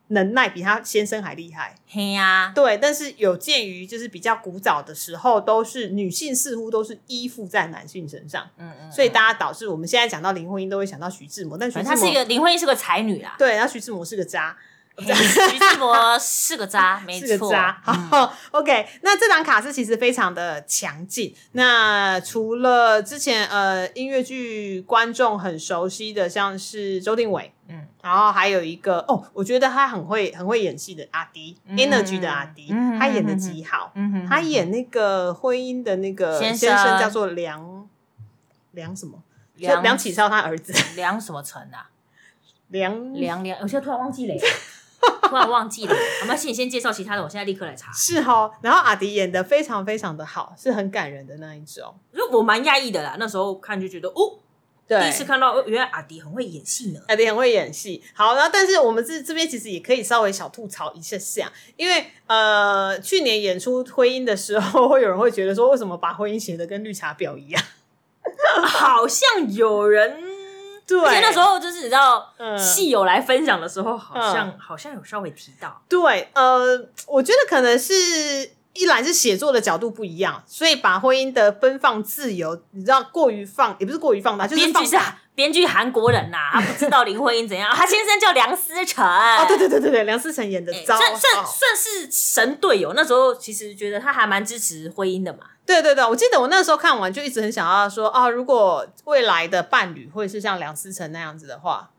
Speaker 1: 能耐比她先生还厉害。
Speaker 2: 嘿呀、
Speaker 1: 对，但是有鉴于就是比较古早的时候，都是女性似乎都是依附在男性身上，
Speaker 2: 嗯嗯，
Speaker 1: 所以大家导致我们现在讲到林徽因都会想到徐志摩，但徐
Speaker 2: 反
Speaker 1: 志
Speaker 2: 正
Speaker 1: 摩
Speaker 2: 她是一个林徽因是个才 女啦，
Speaker 1: 对，然后徐志摩是个 渣，
Speaker 2: 嘿徐志摩是 个渣，没
Speaker 1: 是个
Speaker 2: 错，
Speaker 1: 渣。嗯好、o k 那这档卡司其实非常的强劲。那除了之前呃音乐剧观众很熟悉的，像是周定伟，
Speaker 2: 嗯
Speaker 1: 然后还有一个哦，我觉得他很会很会演戏的阿迪、
Speaker 2: 嗯
Speaker 1: e n e r g y 的阿迪，
Speaker 2: 嗯
Speaker 1: 他演的极好。
Speaker 2: 嗯哼
Speaker 1: 他演那个婚姻的那个
Speaker 2: 先生
Speaker 1: 生叫做梁梁什么？就
Speaker 2: 梁
Speaker 1: 梁启超他儿 子
Speaker 2: 梁什么成啊？
Speaker 1: 梁
Speaker 2: 梁梁，我现在突然忘记了耶，突然忘记了，我们先先介绍其他的，我现在立刻来查。
Speaker 1: 是哦。然后阿迪演的非常非常的好，是很感人的那一种。
Speaker 2: 就我蛮讶异的啦，那时候看就觉得哦，
Speaker 1: 对，
Speaker 2: 第一次看到哦原来阿迪很会 演戏呢。
Speaker 1: 阿迪很会演戏。好，然后但是我们这这边其实也可以稍微小吐槽一下下，因为呃，去年演出婚姻的时候， 会有人会觉得说，为什么把婚姻写的跟绿茶婊一样？
Speaker 2: 好像有人，
Speaker 1: 对，
Speaker 2: 而且那时候就是你知道，
Speaker 1: 嗯
Speaker 2: 戏友来分享的时候，好像好像有稍微提到，
Speaker 1: 对，呃，我觉得可能是一来是写作的角度不一样，所以把婚姻的奔放自由，你知道过于放，也不是过于放大，就是
Speaker 2: 编剧
Speaker 1: 放
Speaker 2: 是
Speaker 1: 大。
Speaker 2: 编剧韩国 人呐，他不知道林徽因怎样，啊他先生叫梁思成。
Speaker 1: 哦，对对对对对，梁思成演的
Speaker 2: 哎
Speaker 1: 糟，
Speaker 2: 算算
Speaker 1: 哦
Speaker 2: 算是神队友，那时候其实觉得他还蛮支持婚姻的嘛。
Speaker 1: 对对对，我记得我那时候看完就一直很想要说啊，如果未来的伴侣会是像梁思成那样子的话，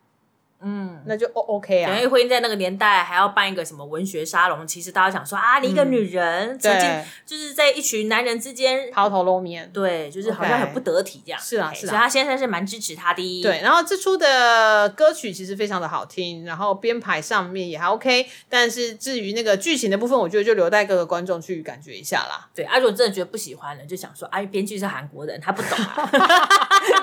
Speaker 2: 嗯，
Speaker 1: 那就 O OK 啊
Speaker 2: 等。于婚姻在那个年代还要办一个什么文学沙龙，其实大家想说啊，你一个女人曾经
Speaker 1: 嗯对，
Speaker 2: 就是在一群男人之间，
Speaker 1: 抛头露面。
Speaker 2: 对，就是好像
Speaker 1: OK
Speaker 2: 很不得体这样。
Speaker 1: 是啊
Speaker 2: 哎
Speaker 1: 是啊
Speaker 2: 所以他先生是蛮支持他的。
Speaker 1: 对，，然后这出的歌曲其实非常的好听，然后编排上面也还 OK，但是至于那个剧情的部分，我觉得就留待各个观众去感觉一下 啦。
Speaker 2: 对，阿、啊、如果真的觉得不喜欢了，就想说，哎、编剧是韩 国人，他不懂啊。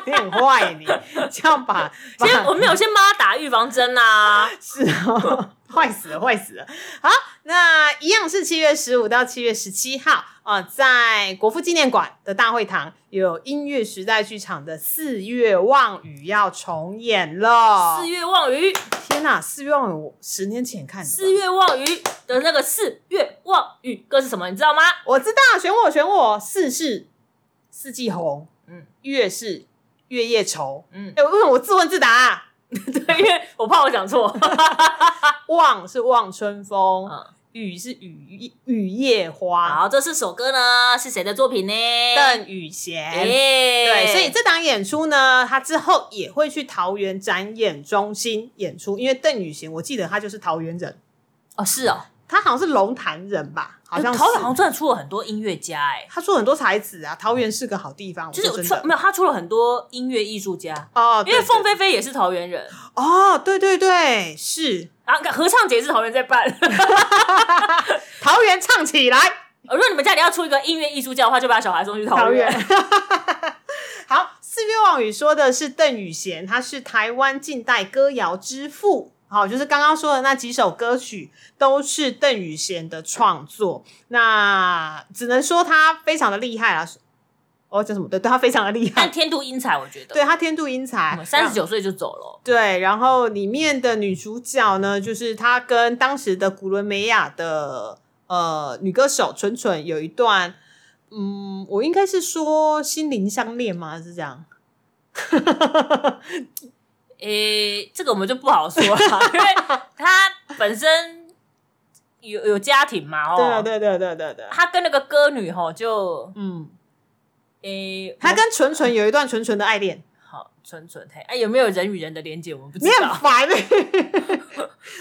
Speaker 1: 你很坏，你这样把，
Speaker 2: 其实我
Speaker 1: 把
Speaker 2: 们有些妈打预防针啊。
Speaker 1: 是哦， 坏死了，坏死了。好，那一样是七月十五到七月十七号啊、呃在国父纪念馆的大会堂有音乐时代剧场的《四月望雨》要重演了。
Speaker 2: 四月望雨，
Speaker 1: 天哪，《四月望雨》我十年前看的吧，
Speaker 2: 四月望雨的那个四月望雨歌是什么？你知道吗？
Speaker 1: 我知道，选我，选我，四是四季红，
Speaker 2: 嗯
Speaker 1: 月是月夜愁。
Speaker 2: 嗯，
Speaker 1: 哎、为什么我自问自答、啊？
Speaker 2: 对，因为我怕我讲 错。
Speaker 1: 望是望春风，
Speaker 2: 嗯
Speaker 1: 雨是雨雨夜花，
Speaker 2: 好，这四首歌呢是谁的作品呢？
Speaker 1: 邓雨贤。
Speaker 2: 耶
Speaker 1: 对，所以这档演出呢，他之后也会去桃园展演中心演出，因为邓雨贤，我记得他就是桃园人，
Speaker 2: 哦是哦，
Speaker 1: 他好像是龙潭人吧，好像是。
Speaker 2: 桃园好像真的出了很多音乐家哎，
Speaker 1: 他出很多才子啊，桃园是个好地方，我
Speaker 2: 就
Speaker 1: 说
Speaker 2: 是
Speaker 1: 哦真
Speaker 2: 出
Speaker 1: 的
Speaker 2: 没有他出了很多音乐艺术家，
Speaker 1: 哦，
Speaker 2: 因为
Speaker 1: 对
Speaker 2: 凤
Speaker 1: 对
Speaker 2: 飞飞也是桃园人，
Speaker 1: 哦，对对对，是
Speaker 2: 啊合唱节是桃园在办。 呃
Speaker 1: 桃园唱起来，
Speaker 2: 如果你们家里要出一个音乐艺术家的话，就把小孩送去
Speaker 1: 桃
Speaker 2: 桃
Speaker 1: 园
Speaker 2: 园。。
Speaker 1: 好，四月望雨说的是邓雨贤，他是台湾近代歌谣之父。好，就是刚刚说的那几首歌曲都是邓雨贤的创作，那只能说他非常的厉害啦。哦，叫什么？对，对他非常的厉
Speaker 2: 但
Speaker 1: 害，
Speaker 2: 天妒英才，我觉得，嗯
Speaker 1: 对啊他天妒英才，
Speaker 2: 三十九岁就走了。
Speaker 1: 对，然后里面的女主角呢，就是她跟当时的古伦美亚的呃女歌手纯纯有一段，嗯，我应该是说心灵相恋吗？是这样？
Speaker 2: 诶、这个我们就不好 说了，因为他本身有有家庭嘛，哦，
Speaker 1: 对啊，对对对对对，
Speaker 2: 他跟那个歌女吼就
Speaker 1: 嗯，
Speaker 2: 诶、
Speaker 1: 她跟纯纯有一段纯纯的爱恋，
Speaker 2: 好纯纯嘿，哎、有没有人与人的连接？我们不知
Speaker 1: 你很
Speaker 2: 道，
Speaker 1: 烦、欸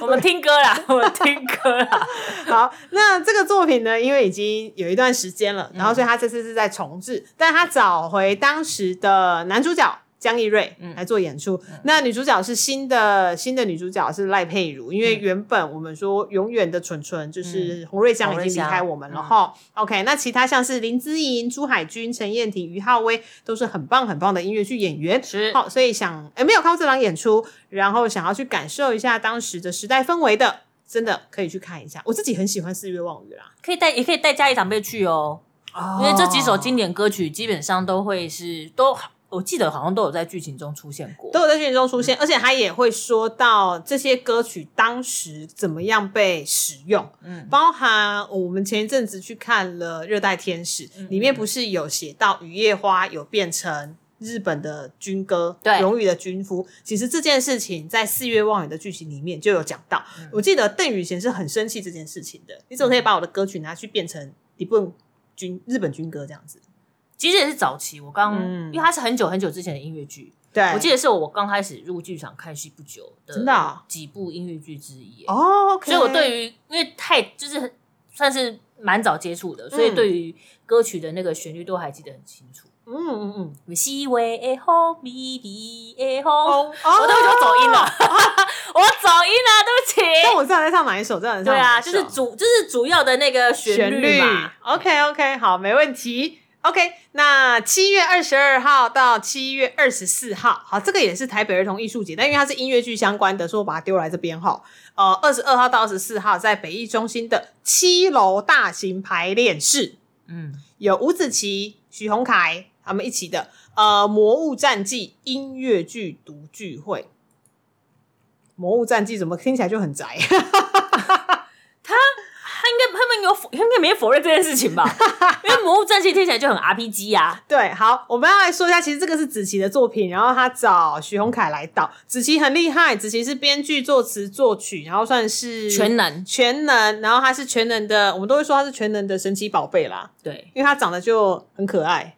Speaker 2: 我们听歌啦，我们听歌 啦。
Speaker 1: 好，那这个作品呢，因为已经有一段时间了，
Speaker 2: 嗯
Speaker 1: 然后所以他这次是在重置，但他找回当时的男主角。江一瑞
Speaker 2: 嗯
Speaker 1: 来做演出，那女主角是新的新的女主角是赖佩如，因为
Speaker 2: 嗯
Speaker 1: 原本我们说永远的纯纯就是洪瑞香已经离开我们了
Speaker 2: 洪瑞嗯
Speaker 1: 哈、OK，那其他像是林姿莹、朱海军、陈燕婷、于浩威都是很棒很棒的音乐剧演员，
Speaker 2: 是
Speaker 1: 好，所以想哎、没有看过这档演出，然后想要去感受一下当时的时代氛围的，真的可以去看一下。我自己很喜欢四月啊望雨啦，
Speaker 2: 可以带，也可以带家里长辈去哦，因为这几首经
Speaker 1: 典
Speaker 2: 典歌曲基本上都会是都，我记得好像都有在剧情中出现过。
Speaker 1: 都有在剧情中出现，而且他也会说到这些歌曲当时怎么样被使用，
Speaker 2: 嗯，
Speaker 1: 包含我们前一阵子去看了《热带天使》
Speaker 2: 嗯
Speaker 1: 里面不是有写到雨夜花有变成日本的军歌，
Speaker 2: 对
Speaker 1: 荣誉的军夫。其实这件事情在《四月望雨》的剧情里面就有讲到。
Speaker 2: 嗯
Speaker 1: 我记得邓宇贤是很生气这件事情的，你怎么可以把我的歌曲拿去变成日本军日本军歌这样子？
Speaker 2: 其实也是早期，我刚、
Speaker 1: 嗯
Speaker 2: 因为它是很久很久之前的音乐剧，
Speaker 1: 对，
Speaker 2: 我记得是我刚开始入剧场看戏不久的，
Speaker 1: 真的啊
Speaker 2: 几部音乐剧之一。
Speaker 1: 哦，OK，
Speaker 2: 所以我对于因为太就是算是蛮早接
Speaker 1: 嗯
Speaker 2: 触的，所以对于歌曲的那个旋律都还记得很清楚。
Speaker 1: 嗯嗯嗯，
Speaker 2: 我是为的风，迷离的风。
Speaker 1: 哦，
Speaker 2: 我对不起，我走音了， 我走音了，对
Speaker 1: 但
Speaker 2: 不起。
Speaker 1: 我知道你在唱哪一首，知道你在
Speaker 2: 对
Speaker 1: 唱哪
Speaker 2: 啊，
Speaker 1: 一首
Speaker 2: 就是主就是主要的那个旋律嘛。
Speaker 1: OK OK，好，没问题。OK，那七月二十二号到七月二十四号，好，这个也是台北儿童艺术节，但因为它是音乐剧相关的，所以我把它丢来这边哈。呃，二十二号到二十四号在北艺中心的七楼大型排练室，
Speaker 2: 嗯，
Speaker 1: 有吴子琪、许宏凯他们一起的呃《魔物战记》音乐剧读聚会。魔物战记怎么听起来就很宅？啊
Speaker 2: 他应该他们有否他应该没否认这件事 情吧？因为《魔物战记》听起来就很 RPG 啊。
Speaker 1: 对，好，我们要来说一下，其实这个是子琪的作品，然后他找徐宏凯来导。子琪很厉害，子琪是编剧、作词、作曲，然后算是
Speaker 2: 全能
Speaker 1: 全能，然后他是全能的，我们都会说他是全能的神奇宝贝啦，
Speaker 2: 对
Speaker 1: 因为他长得就很可爱。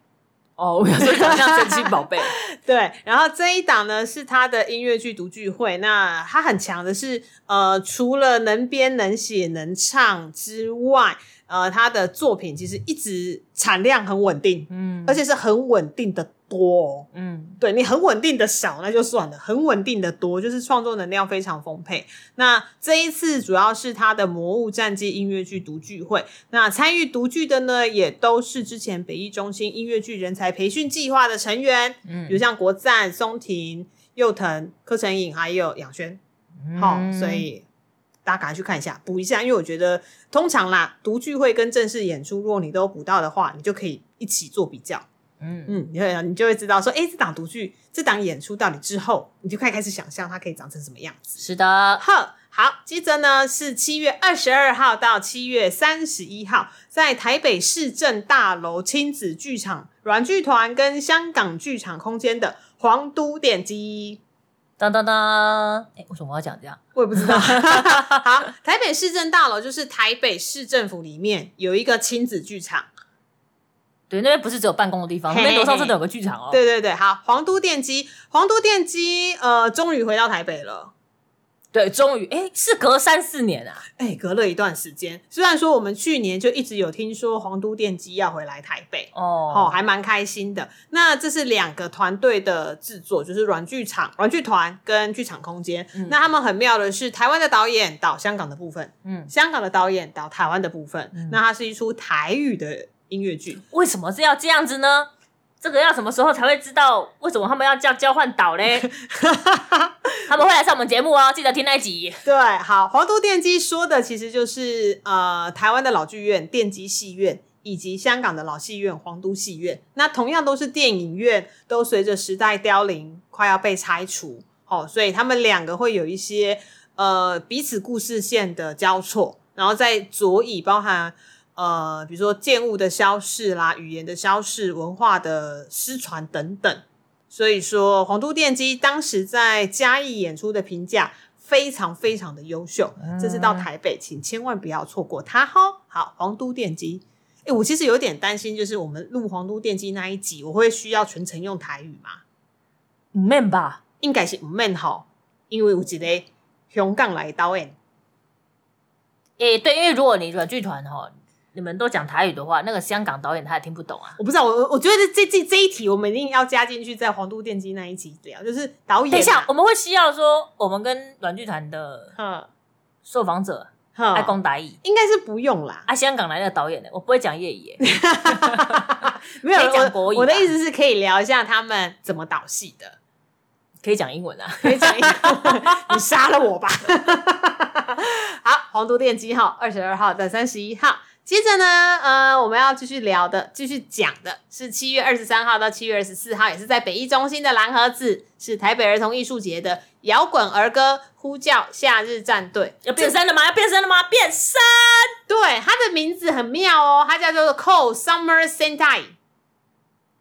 Speaker 2: 哦，我想说长得像神奇宝贝，
Speaker 1: 对，然后这一档呢是他的音乐剧读聚会，那他很强的是，呃，除了能编、能写、能唱之外，呃，他的作品其实一直产量很稳定，
Speaker 2: 嗯
Speaker 1: 而且是很稳定的多、哦。
Speaker 2: 嗯
Speaker 1: 对你很稳定的少那就算了，很稳定的多，就是创作能量非常丰沛。那这一次主要是他的《魔物战记》音乐剧独剧会，那参与独剧的呢，也都是之前北艺中心音乐剧人才培训计划的成员，比如
Speaker 2: 嗯，
Speaker 1: 像国赞、松婷、佑腾、柯晨颖还有杨轩。
Speaker 2: 嗯
Speaker 1: 好、所以大家赶快去看一下，补一下，因为我觉得通常啦，读聚会跟正式演出，如果你都补到的话，你就可以一起做比较。
Speaker 2: 嗯，
Speaker 1: 嗯，你会你就会知道说，哎、这档读剧，这档演出到底之后，你就可以开始想象它可以长成什么样子。
Speaker 2: 是的，
Speaker 1: 好，好，接着呢是七月二十二号到七月三十一号，在台北市政大楼亲子剧场软剧团跟香港剧场空间的皇都点击。
Speaker 2: 当当当，哎，为什么我要讲这样？
Speaker 1: 我也不知道。好，台北市政大楼就是台北市政府里面有一个亲子剧场，
Speaker 2: 对，那边不是只有办公的地方，
Speaker 1: 嘿
Speaker 2: 那
Speaker 1: 嘿
Speaker 2: 边楼上真的有个剧场哦。，
Speaker 1: 对对对，好，皇都电机，皇都电机，呃，终于回到台北了。
Speaker 2: 对，终于，哎，是隔三四年啊，
Speaker 1: 哎、隔了一段时间，虽然说我们去年就一直有听说皇都电机要回来台北，哦，
Speaker 2: 哦，
Speaker 1: 还蛮开心的。那这是两个团队的制作，就是软剧场、软剧团跟剧场空间。
Speaker 2: 嗯
Speaker 1: 那他们很妙的是，台湾的导演导香港的部分，
Speaker 2: 嗯，
Speaker 1: 香港的导演导台湾的部分。
Speaker 2: 嗯
Speaker 1: 那它是一出台语的音乐 剧，
Speaker 2: 为什么是要这样子呢？这个要什么时候才会知道为什么他们要这样交换 岛嘞？他们会来上我们节目哦，记得听那一集。
Speaker 1: 对，好，皇都电机说的其实就是呃，台湾的老剧院、电机戏院以及香港的老戏院皇都戏院，那同样都是电影院，都随着时代凋零，快要被拆除。哦，所以他们两个会有一些呃彼此故事线的交错，然后在佐以包含呃比如说建物的消逝啦、语言的消逝、文化的失传等等。所以说，皇都电机当时在嘉义演出的评价非常非常的优秀，这次到台北，请千万不要错过它哦。好，皇都电机，哎、我其实有点担心，就是我们录皇都电机那一集，我会需要全程用台语吗？
Speaker 2: 嗯 man 吧，
Speaker 1: 应该是唔免吼，因为有一个香港来的导演，
Speaker 2: 诶、对，因为如果你软剧团哦，你们都讲台语的话，那个香港导演他也听不懂啊。
Speaker 1: 我不知道，我我觉得这这这一题我们一定要加进去，在皇都电机那一集聊，就是导演、
Speaker 2: 等一下，，我们会需要说，我们跟软剧团的
Speaker 1: 哼
Speaker 2: 受访者
Speaker 1: 哼，
Speaker 2: 爱公达意
Speaker 1: 应该是不用啦。
Speaker 2: 啊，香港来的导演呢，我不会讲粤语耶。
Speaker 1: 没有
Speaker 2: 可以讲
Speaker 1: 我
Speaker 2: 国语吧
Speaker 1: 我的意思是可以聊一下他们怎么导戏的，
Speaker 2: 可以讲英文啊。
Speaker 1: 可以讲一下。你杀了 我吧！好，黄都电机号二十二号到三十一号。接着呢，呃，我们要继续聊的、继续讲的是七月二十三号到七月二十四号，也是在北艺中心的蓝盒子，是台北儿童艺术节的摇滚儿歌呼叫夏日战队。
Speaker 2: 要变身了吗？要变身了吗？变身！
Speaker 1: 对，它的名字很妙哦，它叫做 Cold Summer Sentai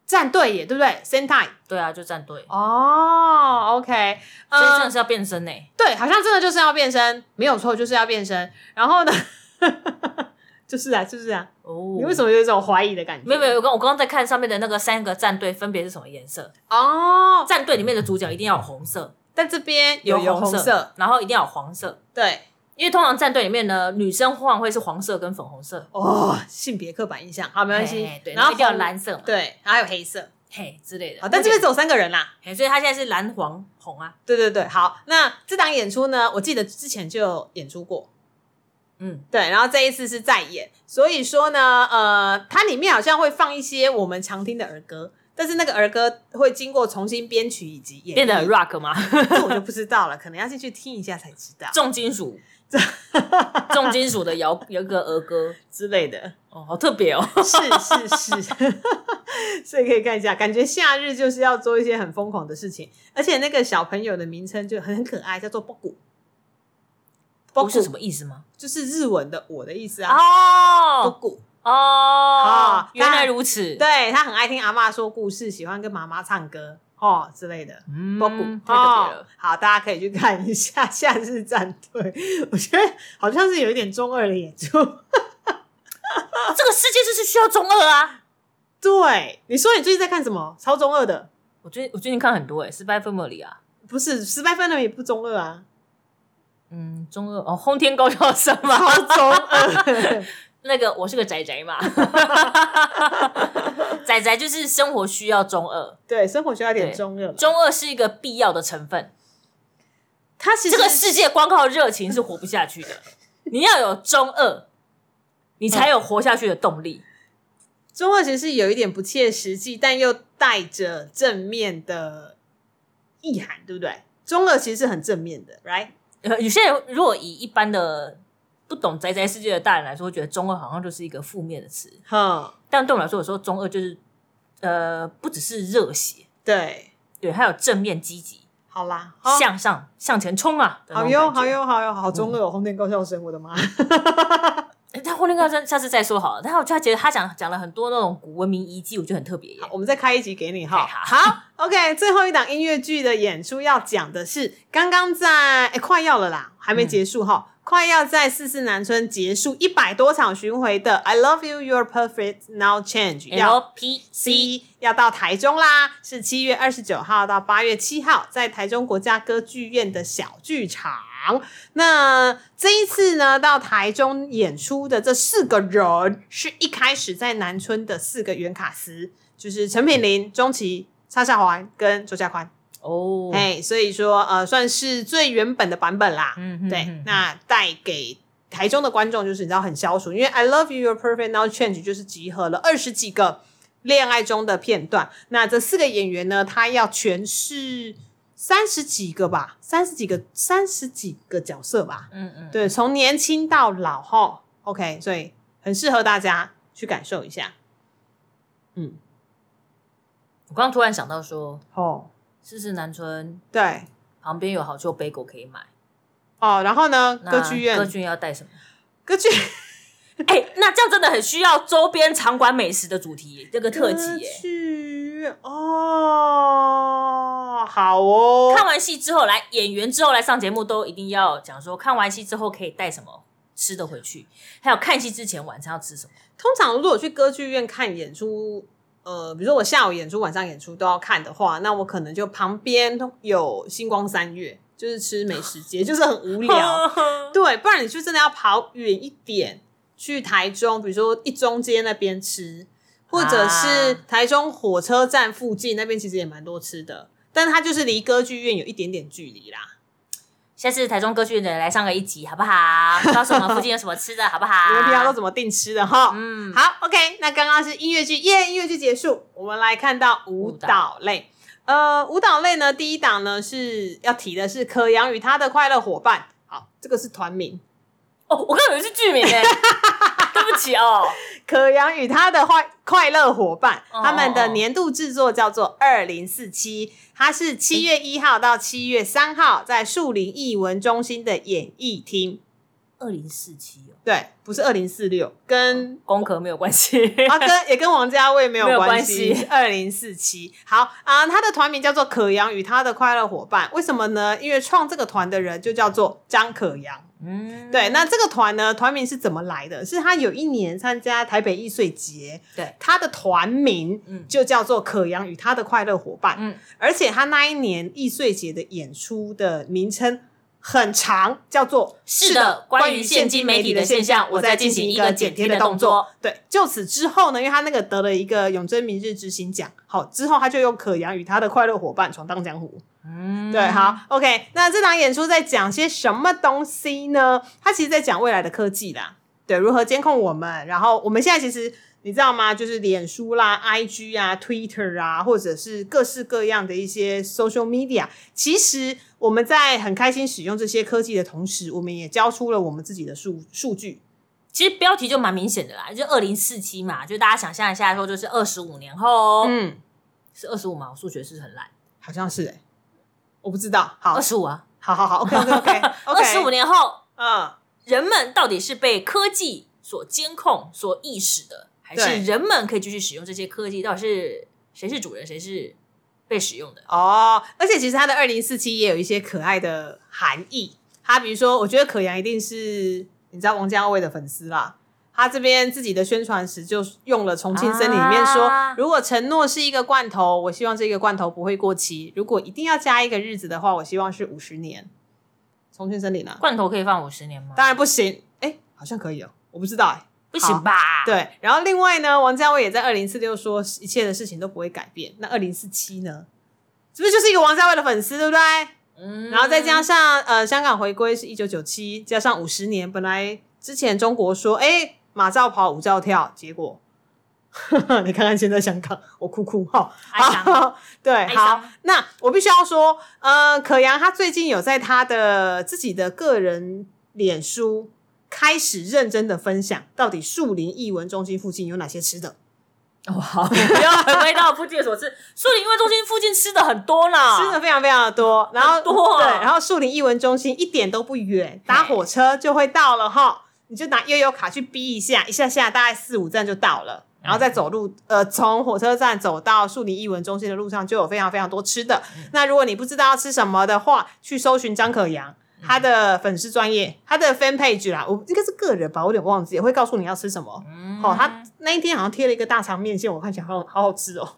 Speaker 1: 战队耶，对不对？Sentai
Speaker 2: 对啊，就站队，
Speaker 1: 哦，OK，
Speaker 2: 所以真的
Speaker 1: 嗯，
Speaker 2: 是要变身呢、
Speaker 1: 对，好像真的就是要变身，没有错，就是要变身。然后呢， 就是啊，就是啊，
Speaker 2: 哦
Speaker 1: 你为什么有一种怀疑的感觉？
Speaker 2: 没有没有，我刚我刚刚在看上面的那个三个战队分别是什么颜色？
Speaker 1: 哦，
Speaker 2: 战队里面的主角一定要有红色，
Speaker 1: 但这边有
Speaker 2: 有
Speaker 1: 红色，
Speaker 2: 然后一定要有黄色，
Speaker 1: 对，
Speaker 2: 因为通常战队里面呢，女生换会是黄色跟粉红色，
Speaker 1: 哦，性别刻板印象，好，没关系
Speaker 2: 嘿嘿，对，
Speaker 1: 然
Speaker 2: 然后
Speaker 1: 后
Speaker 2: 一定要
Speaker 1: 红
Speaker 2: 有，蓝色嘛，
Speaker 1: 对，然后还有黑色，
Speaker 2: 嘿之类的。
Speaker 1: 好，但这边只有三个人啦。
Speaker 2: 嘿，所以他现在是蓝黄红啊，
Speaker 1: 对对对，好，那这档演出呢，我记得之前就有演出过，
Speaker 2: 嗯，
Speaker 1: 对，然后这一次是再演，所以说呢，呃，它里面好像会放一些我们常听的儿歌，但是那个儿歌会经过重新编曲以及演绎
Speaker 2: 变得很 rock 吗？
Speaker 1: 这我就不知道了，可能要进去听一下才知道
Speaker 2: 重金属， 重金属的摇有一个儿歌，
Speaker 1: 之类的。
Speaker 2: 哦，好特别哦。
Speaker 1: 是是 是，所以可以看一下，感觉夏日就是要做一些很疯狂的事情，而且那个小朋友的名称就很可爱，叫做波谷。波谷
Speaker 2: 不哦是什么意思吗？
Speaker 1: 就是日文的“我”的意思啊，波
Speaker 2: 哦
Speaker 1: 谷。
Speaker 2: 哦
Speaker 1: 啊，
Speaker 2: 原来如此。
Speaker 1: 对他很爱听阿嬷说故事，喜欢跟妈妈唱歌哦之类的。
Speaker 2: 嗯，
Speaker 1: 波谷、
Speaker 2: 太特别
Speaker 1: 哦
Speaker 2: 了。，
Speaker 1: 好，大家可以去看一下《 夏日战队》，我觉得好像是有一点中二的演出。
Speaker 2: 这个世界就是需要中二啊！
Speaker 1: 对，你说你最近在看什么？超中二的？
Speaker 2: 我最我最近看很多哎、欸，《失败 Family》啊，
Speaker 1: 不是，失败分了也不中二啊，
Speaker 2: 嗯，中二哦，轰天高校生啊嘛，
Speaker 1: 超 中二。
Speaker 2: 那个我是个宅宅嘛，宅宅就是生活需要中二，
Speaker 1: 对，生活需要一点
Speaker 2: 对
Speaker 1: 中二嘛。
Speaker 2: 中二是一个必要的成分。
Speaker 1: 他其实
Speaker 2: 这个世界光靠热情是活不下去的，你要有中二，你才有活下去的动力。
Speaker 1: 中二，其实是有一点不切实际，但又带着正面的意涵，对不对？中二其实是很正面的，right？
Speaker 2: 呃有些人如果以一般的不懂宅宅世界的大人来说，会觉得中二好像就是一个负面的词，
Speaker 1: 哼，
Speaker 2: 但对我来说，有时候中二就是呃不只是热血，
Speaker 1: 对，
Speaker 2: 对，还有正面积极、
Speaker 1: 好啦，好
Speaker 2: 向上、向前冲啊！的
Speaker 1: 哦好
Speaker 2: 那种
Speaker 1: 哟，
Speaker 2: 感觉
Speaker 1: 好。哟，好哟，好中二哦，红点高校生，我的妈！
Speaker 2: 诶但婚恋高生下次再说好了。但我就觉得他讲讲了很多那种古文明遗迹，我觉得很特别耶。
Speaker 1: 我们再开一集给你哈。
Speaker 2: 好，好，
Speaker 1: OK，最后一档音乐剧的演出要讲的是，刚刚在、诶快要了啦，还没结束哈、快要在四四南村结束一百多场巡回的《I Love You, You're Perfect Now Change》要
Speaker 2: L P C，
Speaker 1: C 要到台中啦，是七月二十九号到八月七号，在台中国家歌剧院的小剧场。那这一次呢，到台中演出的这四个人，是一开始在南村的四个原卡司，就是陈品林、钟琪、沙夏环跟周家宽。
Speaker 2: 哦，
Speaker 1: 哎、所以说呃，算是最原本的版本啦。
Speaker 2: 嗯哼
Speaker 1: 对
Speaker 2: 哼，
Speaker 1: 那带给台中的观众就是你知道很消暑，因为《I Love You, You're Perfect Now Change》就是集合了二十几个恋爱中的片段。那这四个演员呢，他要诠释三十几个吧，三十几个，三十几个角色吧。
Speaker 2: 嗯嗯，
Speaker 1: 对，从年轻到老哈，OK，所以很适合大家去感受一下。嗯，
Speaker 2: 我刚刚突然想到说，
Speaker 1: 哦，
Speaker 2: 四四南村
Speaker 1: 对，
Speaker 2: 旁边有好秋杯狗可以买，
Speaker 1: 哦，然后呢，
Speaker 2: 那
Speaker 1: 歌剧院，
Speaker 2: 歌剧院要带什么？
Speaker 1: 歌剧。
Speaker 2: 哎、那这样真的很需要周边场馆美食的主题这个特辑耶、
Speaker 1: 耶。哦，好哦，
Speaker 2: 看完戏之后来演员之后来上节目都一定要讲说，看完戏之后可以带什么吃的回去，还有看戏之前晚餐要吃什么。
Speaker 1: 通常如果去歌剧院看演出，呃，比如说我下午演出、晚上演出都要看的话，那我可能就旁边有星光三月，就是吃美食街， 就是很无
Speaker 2: 哦
Speaker 1: 聊。对，不然你就真的要跑远一点，去台中，比如说一中街那边吃，或者是
Speaker 2: 啊
Speaker 1: 台中火车站附近那边，其实也蛮多吃的，但它就是离歌剧院有一点点距离啦。
Speaker 2: 下次台中歌剧人来上个一集好不好？ 告诉我们附近有什么吃的好不好？
Speaker 1: 你们平常都怎么定吃的哈？
Speaker 2: 嗯，
Speaker 1: 好，OK，那刚刚是音乐剧，耶，音乐剧结束，我们来看到舞蹈类。呃，舞蹈类呢，第一档呢是要提的是柯阳与他的快乐伙伴。好，这个是团名，
Speaker 2: 哦，我刚以为是剧名哎、 对不起哦。
Speaker 1: 柯阳与他的快快乐伙伴，
Speaker 2: 哦
Speaker 1: 他们的年度制作叫做《二零四七》，它是七月一号到七月三号在树林艺文中心的演艺厅。
Speaker 2: 二零四七哦，
Speaker 1: 对，不是二零四六，跟
Speaker 2: 功课没有关系。
Speaker 1: 啊，跟也跟王家卫没有
Speaker 2: 没有
Speaker 1: 关
Speaker 2: 关
Speaker 1: 系。二零四七，好啊，他的团名叫做可阳与他的快乐伙伴，为什么呢？因为创这个团的人就叫做张可阳。
Speaker 2: 嗯，
Speaker 1: 对，那这个团呢，团名是怎么来的？是他有一年参加台北易碎节，
Speaker 2: 对，
Speaker 1: 他的团名
Speaker 2: 嗯
Speaker 1: 就叫做可阳与他的快乐伙伴。
Speaker 2: 嗯，
Speaker 1: 而且他那一年易碎节的演出的名称很长，叫做“
Speaker 2: 是的关于现今媒体的现象我在进行一个剪贴的动作”。
Speaker 1: 对，就此之后呢，因为他那个得了一个永贞明日之星奖，好之后他就用可扬与他的快乐伙伴闯荡江湖。
Speaker 2: 嗯
Speaker 1: 对，好，OK。那这档演出在讲些什么东西呢？它其实在讲未来的科技啦，对，如何监控我们。然后我们现在其实你知道吗？就是脸书啦、IG 啊、Twitter 啊，或者是各式各样的一些 social media，其实我们在很开心使用这些科技的同时，我们也交出了我们自己的数数据。
Speaker 2: 其实标题就蛮明显的啦，就二零四七嘛，就大家想象一下说，就是二十五年后、
Speaker 1: 嗯，
Speaker 2: 是二十五嘛，我数学是很烂，
Speaker 1: 好像是哎、我不知道。好
Speaker 2: 二，十五啊，
Speaker 1: 好好好，OK OK OK OK，
Speaker 2: 二十五，年后
Speaker 1: 嗯。
Speaker 2: 人们到底是被科技所监控、所意识的，还
Speaker 1: 对
Speaker 2: 是人们可以继续使用这些科技？到底是谁是主人，谁是被使用的？
Speaker 1: 哦，而且其实它的二零四七也有一些可爱的含义。它比如说，我觉得可阳一定是你知道王家卫的粉丝啦。他这边自己的宣传时就用了《重庆森林》里面说，
Speaker 2: 啊
Speaker 1: 如果承诺是一个罐头，我希望这个罐头不会过期；如果一定要加一个日子的话，我希望是五十年。重庆森林啊，
Speaker 2: 罐头可以放五十年吗？
Speaker 1: 当然不行，哎、好像可以哦、我不知道、哎。
Speaker 2: 不行吧？，
Speaker 1: 对，然后另外呢，王家卫也在二零四六说一切的事情都不会改变。那二零四七呢，是不是就是一个王家卫的粉丝，对不对？
Speaker 2: 嗯
Speaker 1: 然后再加上呃，香港回归是一九九七，加上五十年，本来之前中国说，哎，马照跑，舞照跳，结果 你看看现在香港，我哭哭哈，
Speaker 2: 哀伤
Speaker 1: 好， 对，
Speaker 2: 哀
Speaker 1: 好
Speaker 2: 伤，
Speaker 1: 那我必须要说，呃，可阳他最近有在他的自己的个人脸书开始认真的分享，到底树林艺文中心附近有哪些吃的。
Speaker 2: 哦，好，不要回味到不记得 所知。树林因为中心附近吃的很多呢，
Speaker 1: 吃的非常非常的多，然后
Speaker 2: 啊很多啊
Speaker 1: 对，然后树林艺文中心一点都不远，搭火车就会到了哈。你就拿悠游卡去逼一下，一下下大概四五站就到了，然后再走路，呃，从火车站走到树林艺文中心的路上就有非常非常多吃的。
Speaker 2: 嗯
Speaker 1: 那如果你不知道要吃什么的话，去搜寻张可阳。
Speaker 2: 嗯
Speaker 1: 他的粉丝专业，他的 fan page 啦，我应该是个人吧，我有点忘记，会告诉你要吃什么。
Speaker 2: 嗯
Speaker 1: 哦，他那一天好像贴了一个大肠面线，我看起来好好好吃哦。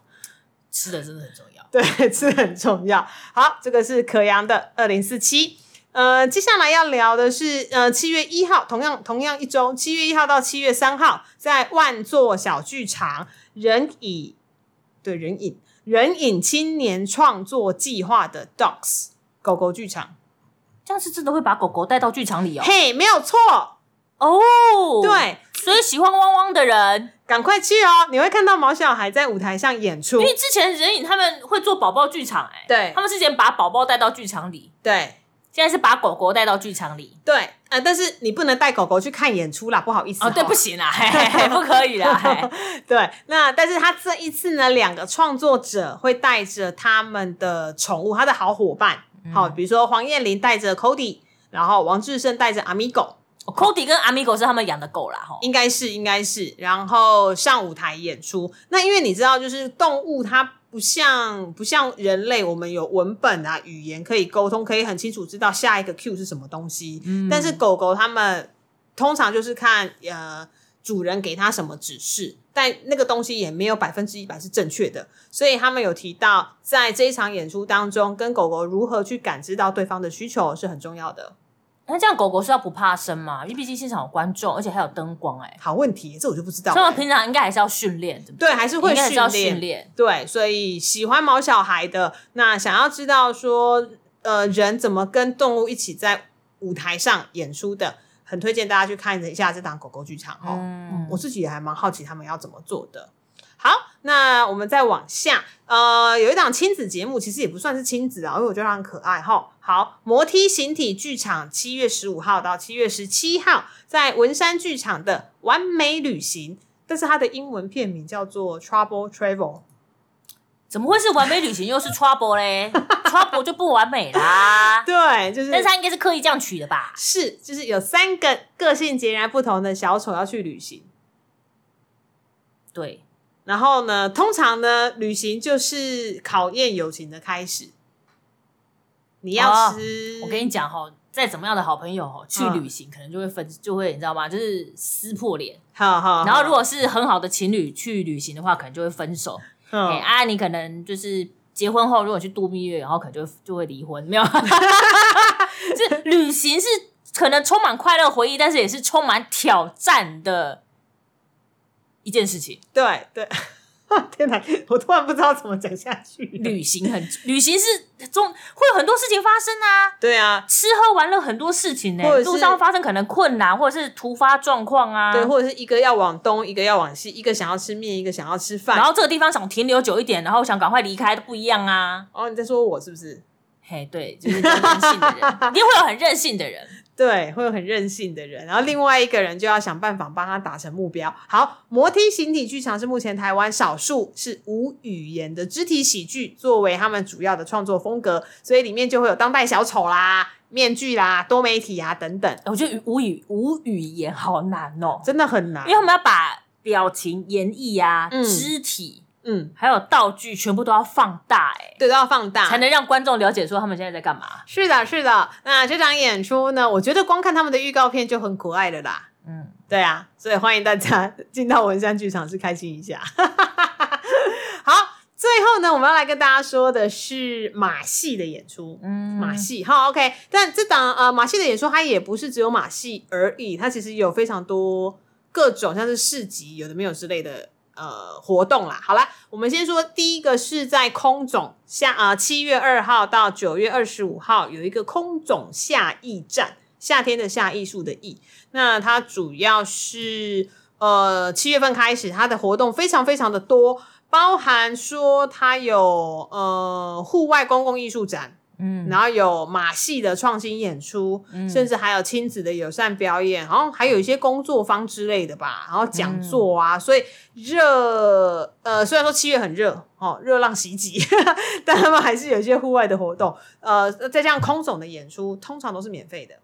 Speaker 2: 吃的真的很重要。
Speaker 1: 对，吃很重要。好，这个是可阳的二零四七。呃，接下来要聊的是，呃，七月一号，同样同样一周，七月一号到七月三号，在万座小剧场人影，对人影人影青年创作计划的 Dogs 狗狗剧场，
Speaker 2: 这样是真的会把狗狗带到剧场里哦。
Speaker 1: 嘿、没有错，
Speaker 2: 哦，，
Speaker 1: 对，
Speaker 2: 所以喜欢汪汪的人，
Speaker 1: 赶快去哦，你会看到毛小孩在舞台上演出
Speaker 2: 因，为之前人影他们会做宝宝剧场、哎，
Speaker 1: 对
Speaker 2: 他们之前把宝宝带到剧场里，
Speaker 1: 对，
Speaker 2: 现在是把狗狗带到剧场里。
Speaker 1: 对，呃，但是你不能带狗狗去看演出啦，不好意思
Speaker 2: 哦，对，
Speaker 1: 哦
Speaker 2: 不行啦， 嘿嘿嘿不可以啦， 嘿
Speaker 1: 对，那但是他这一次呢，两个创作者会带着他们的宠物，他的好伙伴，好、比如说黄燕玲带着 Cody，然后王志胜带着 Amigo，
Speaker 2: Cody 跟 Amigo 是他们养的狗啦，吼。
Speaker 1: 应该是应该是，然后上舞台演出。那因为你知道，就是动物它不像不像人类，我们有文本啊、语言可以沟通，可以很清楚知道下一个 Q 是什么东西。
Speaker 2: 嗯
Speaker 1: 但是狗狗它们通常就是看呃主人给它什么指示，但那个东西也没有百分之一百是正确的。所以他们有提到，在这一场演出当中，跟狗狗如何去感知到对方的需求是很重要的。
Speaker 2: 那这样狗狗是要不怕生嘛？因为毕竟现场有观众，而且还有灯光、哎，
Speaker 1: 好问题，这我就不知道
Speaker 2: 所以我
Speaker 1: 了、
Speaker 2: 们平常应该还是要训练，对不
Speaker 1: 对，还是会
Speaker 2: 应该还是要
Speaker 1: 训
Speaker 2: 训
Speaker 1: 练。
Speaker 2: 练。
Speaker 1: 对，所以喜欢毛小孩的，那想要知道说，呃，人怎么跟动物一起在舞台上演出的，很推荐大家去看一下这档狗狗剧场哦。
Speaker 2: 嗯
Speaker 1: 我自己也还蛮好奇他们要怎么做的。好，那我们再往下，呃，有一档亲子节目，其实也不算是亲子啊，因为我觉得它很可爱哈。好，摩梯形体剧场七月十五号到七月十七号，在文山剧场的《完美旅行》，但是它的英文片名叫做《Trouble Travel》。
Speaker 2: 怎么会是完美旅行又是 Trouble 嘞？Trouble 就不完美 啦。
Speaker 1: 对，就是
Speaker 2: 但是他应该是刻意这样取的吧？
Speaker 1: 是就是有三个个性截然不同的小丑要去旅行，
Speaker 2: 对，
Speaker 1: 然后呢，通常呢，旅行就是考验友情的开始。你要
Speaker 2: 哦
Speaker 1: 吃，
Speaker 2: 我跟你讲哈，再怎么样的好朋友哈，去旅行可能就会分，就会你知道吗？就是撕破脸。
Speaker 1: 好，好好。
Speaker 2: 然后如果是很好的情侣去旅行的话，可能就会分手。
Speaker 1: 嗯
Speaker 2: 哎、啊，你可能就是结婚后，如果去度蜜月，然后可能就会就会离婚，没有？ 这旅行是可能充满快乐回忆，但是也是充满挑战的一件事情。
Speaker 1: 对对， 天哪，我突然不知道怎么讲下去了。
Speaker 2: 旅行很，旅行是中会有很多事情发生啊。
Speaker 1: 对啊，
Speaker 2: 吃喝玩乐很多事情呢、
Speaker 1: 或者是
Speaker 2: 路上发生可能困难或者是突发状况啊，
Speaker 1: 对，或者是一个要往东，一个要往西，一个想要吃面，一个想要吃饭。
Speaker 2: 然后这个地方想停留久一点，然后想赶快离开都不一样啊。
Speaker 1: 哦，你在说我是不是？
Speaker 2: 嘿，对，就是这种任性的 人，一定会有很任性的人。
Speaker 1: 对，会有很任性的人，然后另外一个人就要想办法帮他达成目标。好，摩梯形体剧场是目前台湾少数是无语言的肢体喜剧作为他们主要的创作风格，所以里面就会有当代小丑啦、面具啦、多媒体啊等等，
Speaker 2: 我觉得无语无语言好难哦，
Speaker 1: 真的很难
Speaker 2: 因为。他们要把表情、演绎啊、
Speaker 1: 嗯
Speaker 2: 肢体
Speaker 1: 嗯，
Speaker 2: 还有道具全部都要放大、哎、
Speaker 1: 对，都要放大
Speaker 2: 才。能让观众了解说他们现在在干嘛。
Speaker 1: 是的，是的。那这场演出呢，我觉得光看他们的预告片就很可爱了啦。
Speaker 2: 嗯，
Speaker 1: 对啊，所以欢迎大家 进到文山剧场去开心一下。 好，最后呢，我们要来跟大家说的是马戏的演出。
Speaker 2: 嗯
Speaker 1: 马戏好 OK，但这档呃马戏的演出，它也不是只有马戏而已，它其实有非常多各种像是市集有的没有之类的呃活动啦。好啦，我们先说第一个是在空总下啊七、7月二号到九月二十五号有一个空总夏艺站，夏天的夏艺术的艺，那它主要是呃七月份开始，它的活动非常非常的多，包含说它有呃户外公共艺术展，
Speaker 2: 嗯，
Speaker 1: 然后有马戏的创新演出，
Speaker 2: 嗯
Speaker 1: 甚至还有亲子的友善表演，好像还有一些工作坊之类的吧，然后
Speaker 2: 嗯
Speaker 1: 讲座啊，所以热呃，虽然说七月很热哦，热浪袭击， 但他们还是有一些户外的活动，呃，再加上空总的演出，通常都是免费的，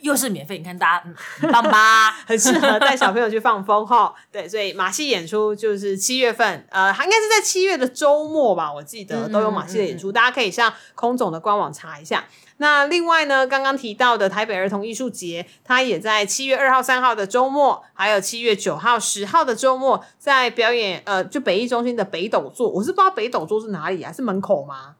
Speaker 2: 又是免费，你看大家嗯很棒吧？
Speaker 1: 很适合带小朋友去放风 哈。对，所以马戏演出就是七月份，呃，它应该是在七月的周末吧，我记得
Speaker 2: 嗯
Speaker 1: 都有马戏的演出，大家可以上空总的官网查一下。那另外呢，刚刚提到的台北儿童艺术节，它也在七月二号、三号的周末，还有七月九号、十号的周末，在表演呃，就北艺中心的北斗座，我是不知道北斗座是哪里啊，是门口吗？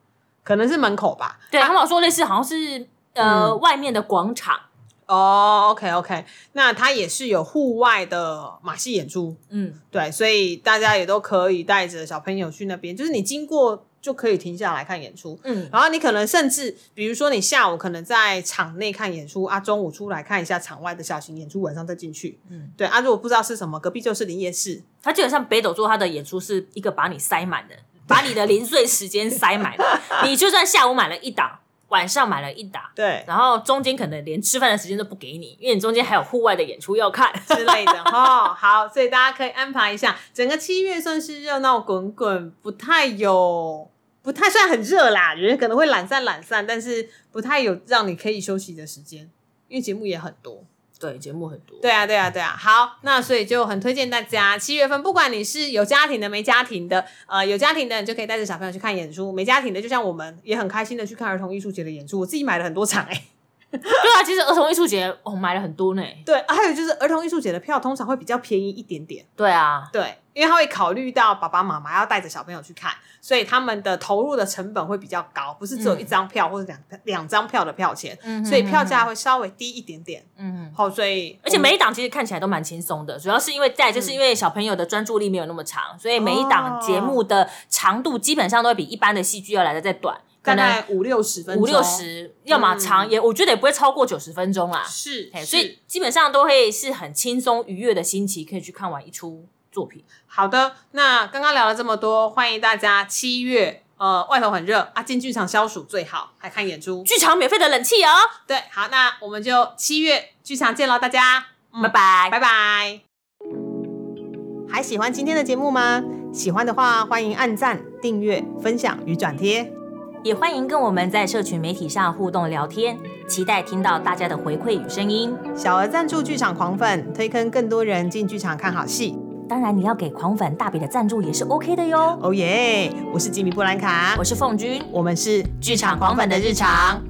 Speaker 1: 可能是门口吧，
Speaker 2: 对他们有说类似好像是呃
Speaker 1: 嗯
Speaker 2: 外面的广场，
Speaker 1: 哦、o k OK，那它也是有户外的马戏演出，
Speaker 2: 嗯，
Speaker 1: 对，所以大家也都可以带着小朋友去那边，就是你经过就可以停下来看演出。
Speaker 2: 嗯，
Speaker 1: 然后你可能甚至，比如说你下午可能在场内看演出啊，中午出来看一下场外的小型演出，晚上再进去。
Speaker 2: 嗯，
Speaker 1: 对啊，如果不知道是什么，隔壁就是林业市，
Speaker 2: 他基本上北斗座他的演出是一个把你塞满的， 把你的零碎时间塞满的。你就算下午买了一档，晚上买了一档，
Speaker 1: 对
Speaker 2: 然后中间可能连吃饭的时间都不给你，因为你中间还有户外的演出要看。
Speaker 1: 之类的哈、 好，所以大家可以安排一下，整个七月算是热闹滚滚，不太有。不太算很热啦，人可能会懒散懒散，但是不太有让你可以休息的时间，因为节目也很多。
Speaker 2: 对，节目很多。
Speaker 1: 对啊，对啊，对啊。好，那所以就很推荐大家，七月份不管你是有家庭的、没家庭的，呃，有家庭的你就可以带着小朋友去看演出，没家庭的就像我们也很开心的去看儿童艺术节的演出。我自己买了很多场哎、欸
Speaker 2: 对啊，其实儿童艺术节我、哦、买了很多呢。
Speaker 1: 对，啊还有就是儿童艺术节的票通常会比较便宜一点点，
Speaker 2: 对啊，
Speaker 1: 对，因为他会考虑到爸爸妈妈要带着小朋友去看，所以他们的投入的成本会比较高，不是只有一张票或者两两张票的票钱，
Speaker 2: 嗯
Speaker 1: 所以票价，会稍微低一点点。
Speaker 2: 嗯，
Speaker 1: 好，所以
Speaker 2: 而且
Speaker 1: 没。
Speaker 2: 每一档其实看起来都蛮轻松的，主要是因为在
Speaker 1: 嗯
Speaker 2: 就是因为小朋友的专注力没有那么长，所以每一档
Speaker 1: 哦
Speaker 2: 节目的长度基本上都会比一般的戏剧要来的再短，可
Speaker 1: 大
Speaker 2: 能
Speaker 1: 概五六十分钟，嗯
Speaker 2: 五六十，要么长也我觉得也不会超过九十分钟啦。
Speaker 1: 是
Speaker 2: 嘿，
Speaker 1: 是
Speaker 2: 所以基本上都会是很轻松愉悦的心情，可以去看完一出作品。
Speaker 1: 好的，那刚刚聊了这么多，欢迎大家七月。呃，外头很热啊，进剧场消暑最好，还看演出。
Speaker 2: 剧场免费的冷气哦，
Speaker 1: 对，好，那我们就七月剧场见喽，大家，嗯
Speaker 2: 拜拜。
Speaker 1: 拜拜。还喜欢今天的节目吗？喜欢的话，欢迎按赞、订阅、分享与转贴。
Speaker 4: 也欢迎跟我们在社群媒体上互动聊天，期待听到大家的回馈与声音。
Speaker 1: 小额赞助剧场狂粉，推坑更多人进剧场看好戏。
Speaker 4: 当然，你要给狂粉大笔的赞助也是 OK 的哟。
Speaker 1: Oh 哦耶！我是吉米布兰卡
Speaker 4: 我，是凤君，
Speaker 1: 我们是
Speaker 4: 剧场狂粉的日常。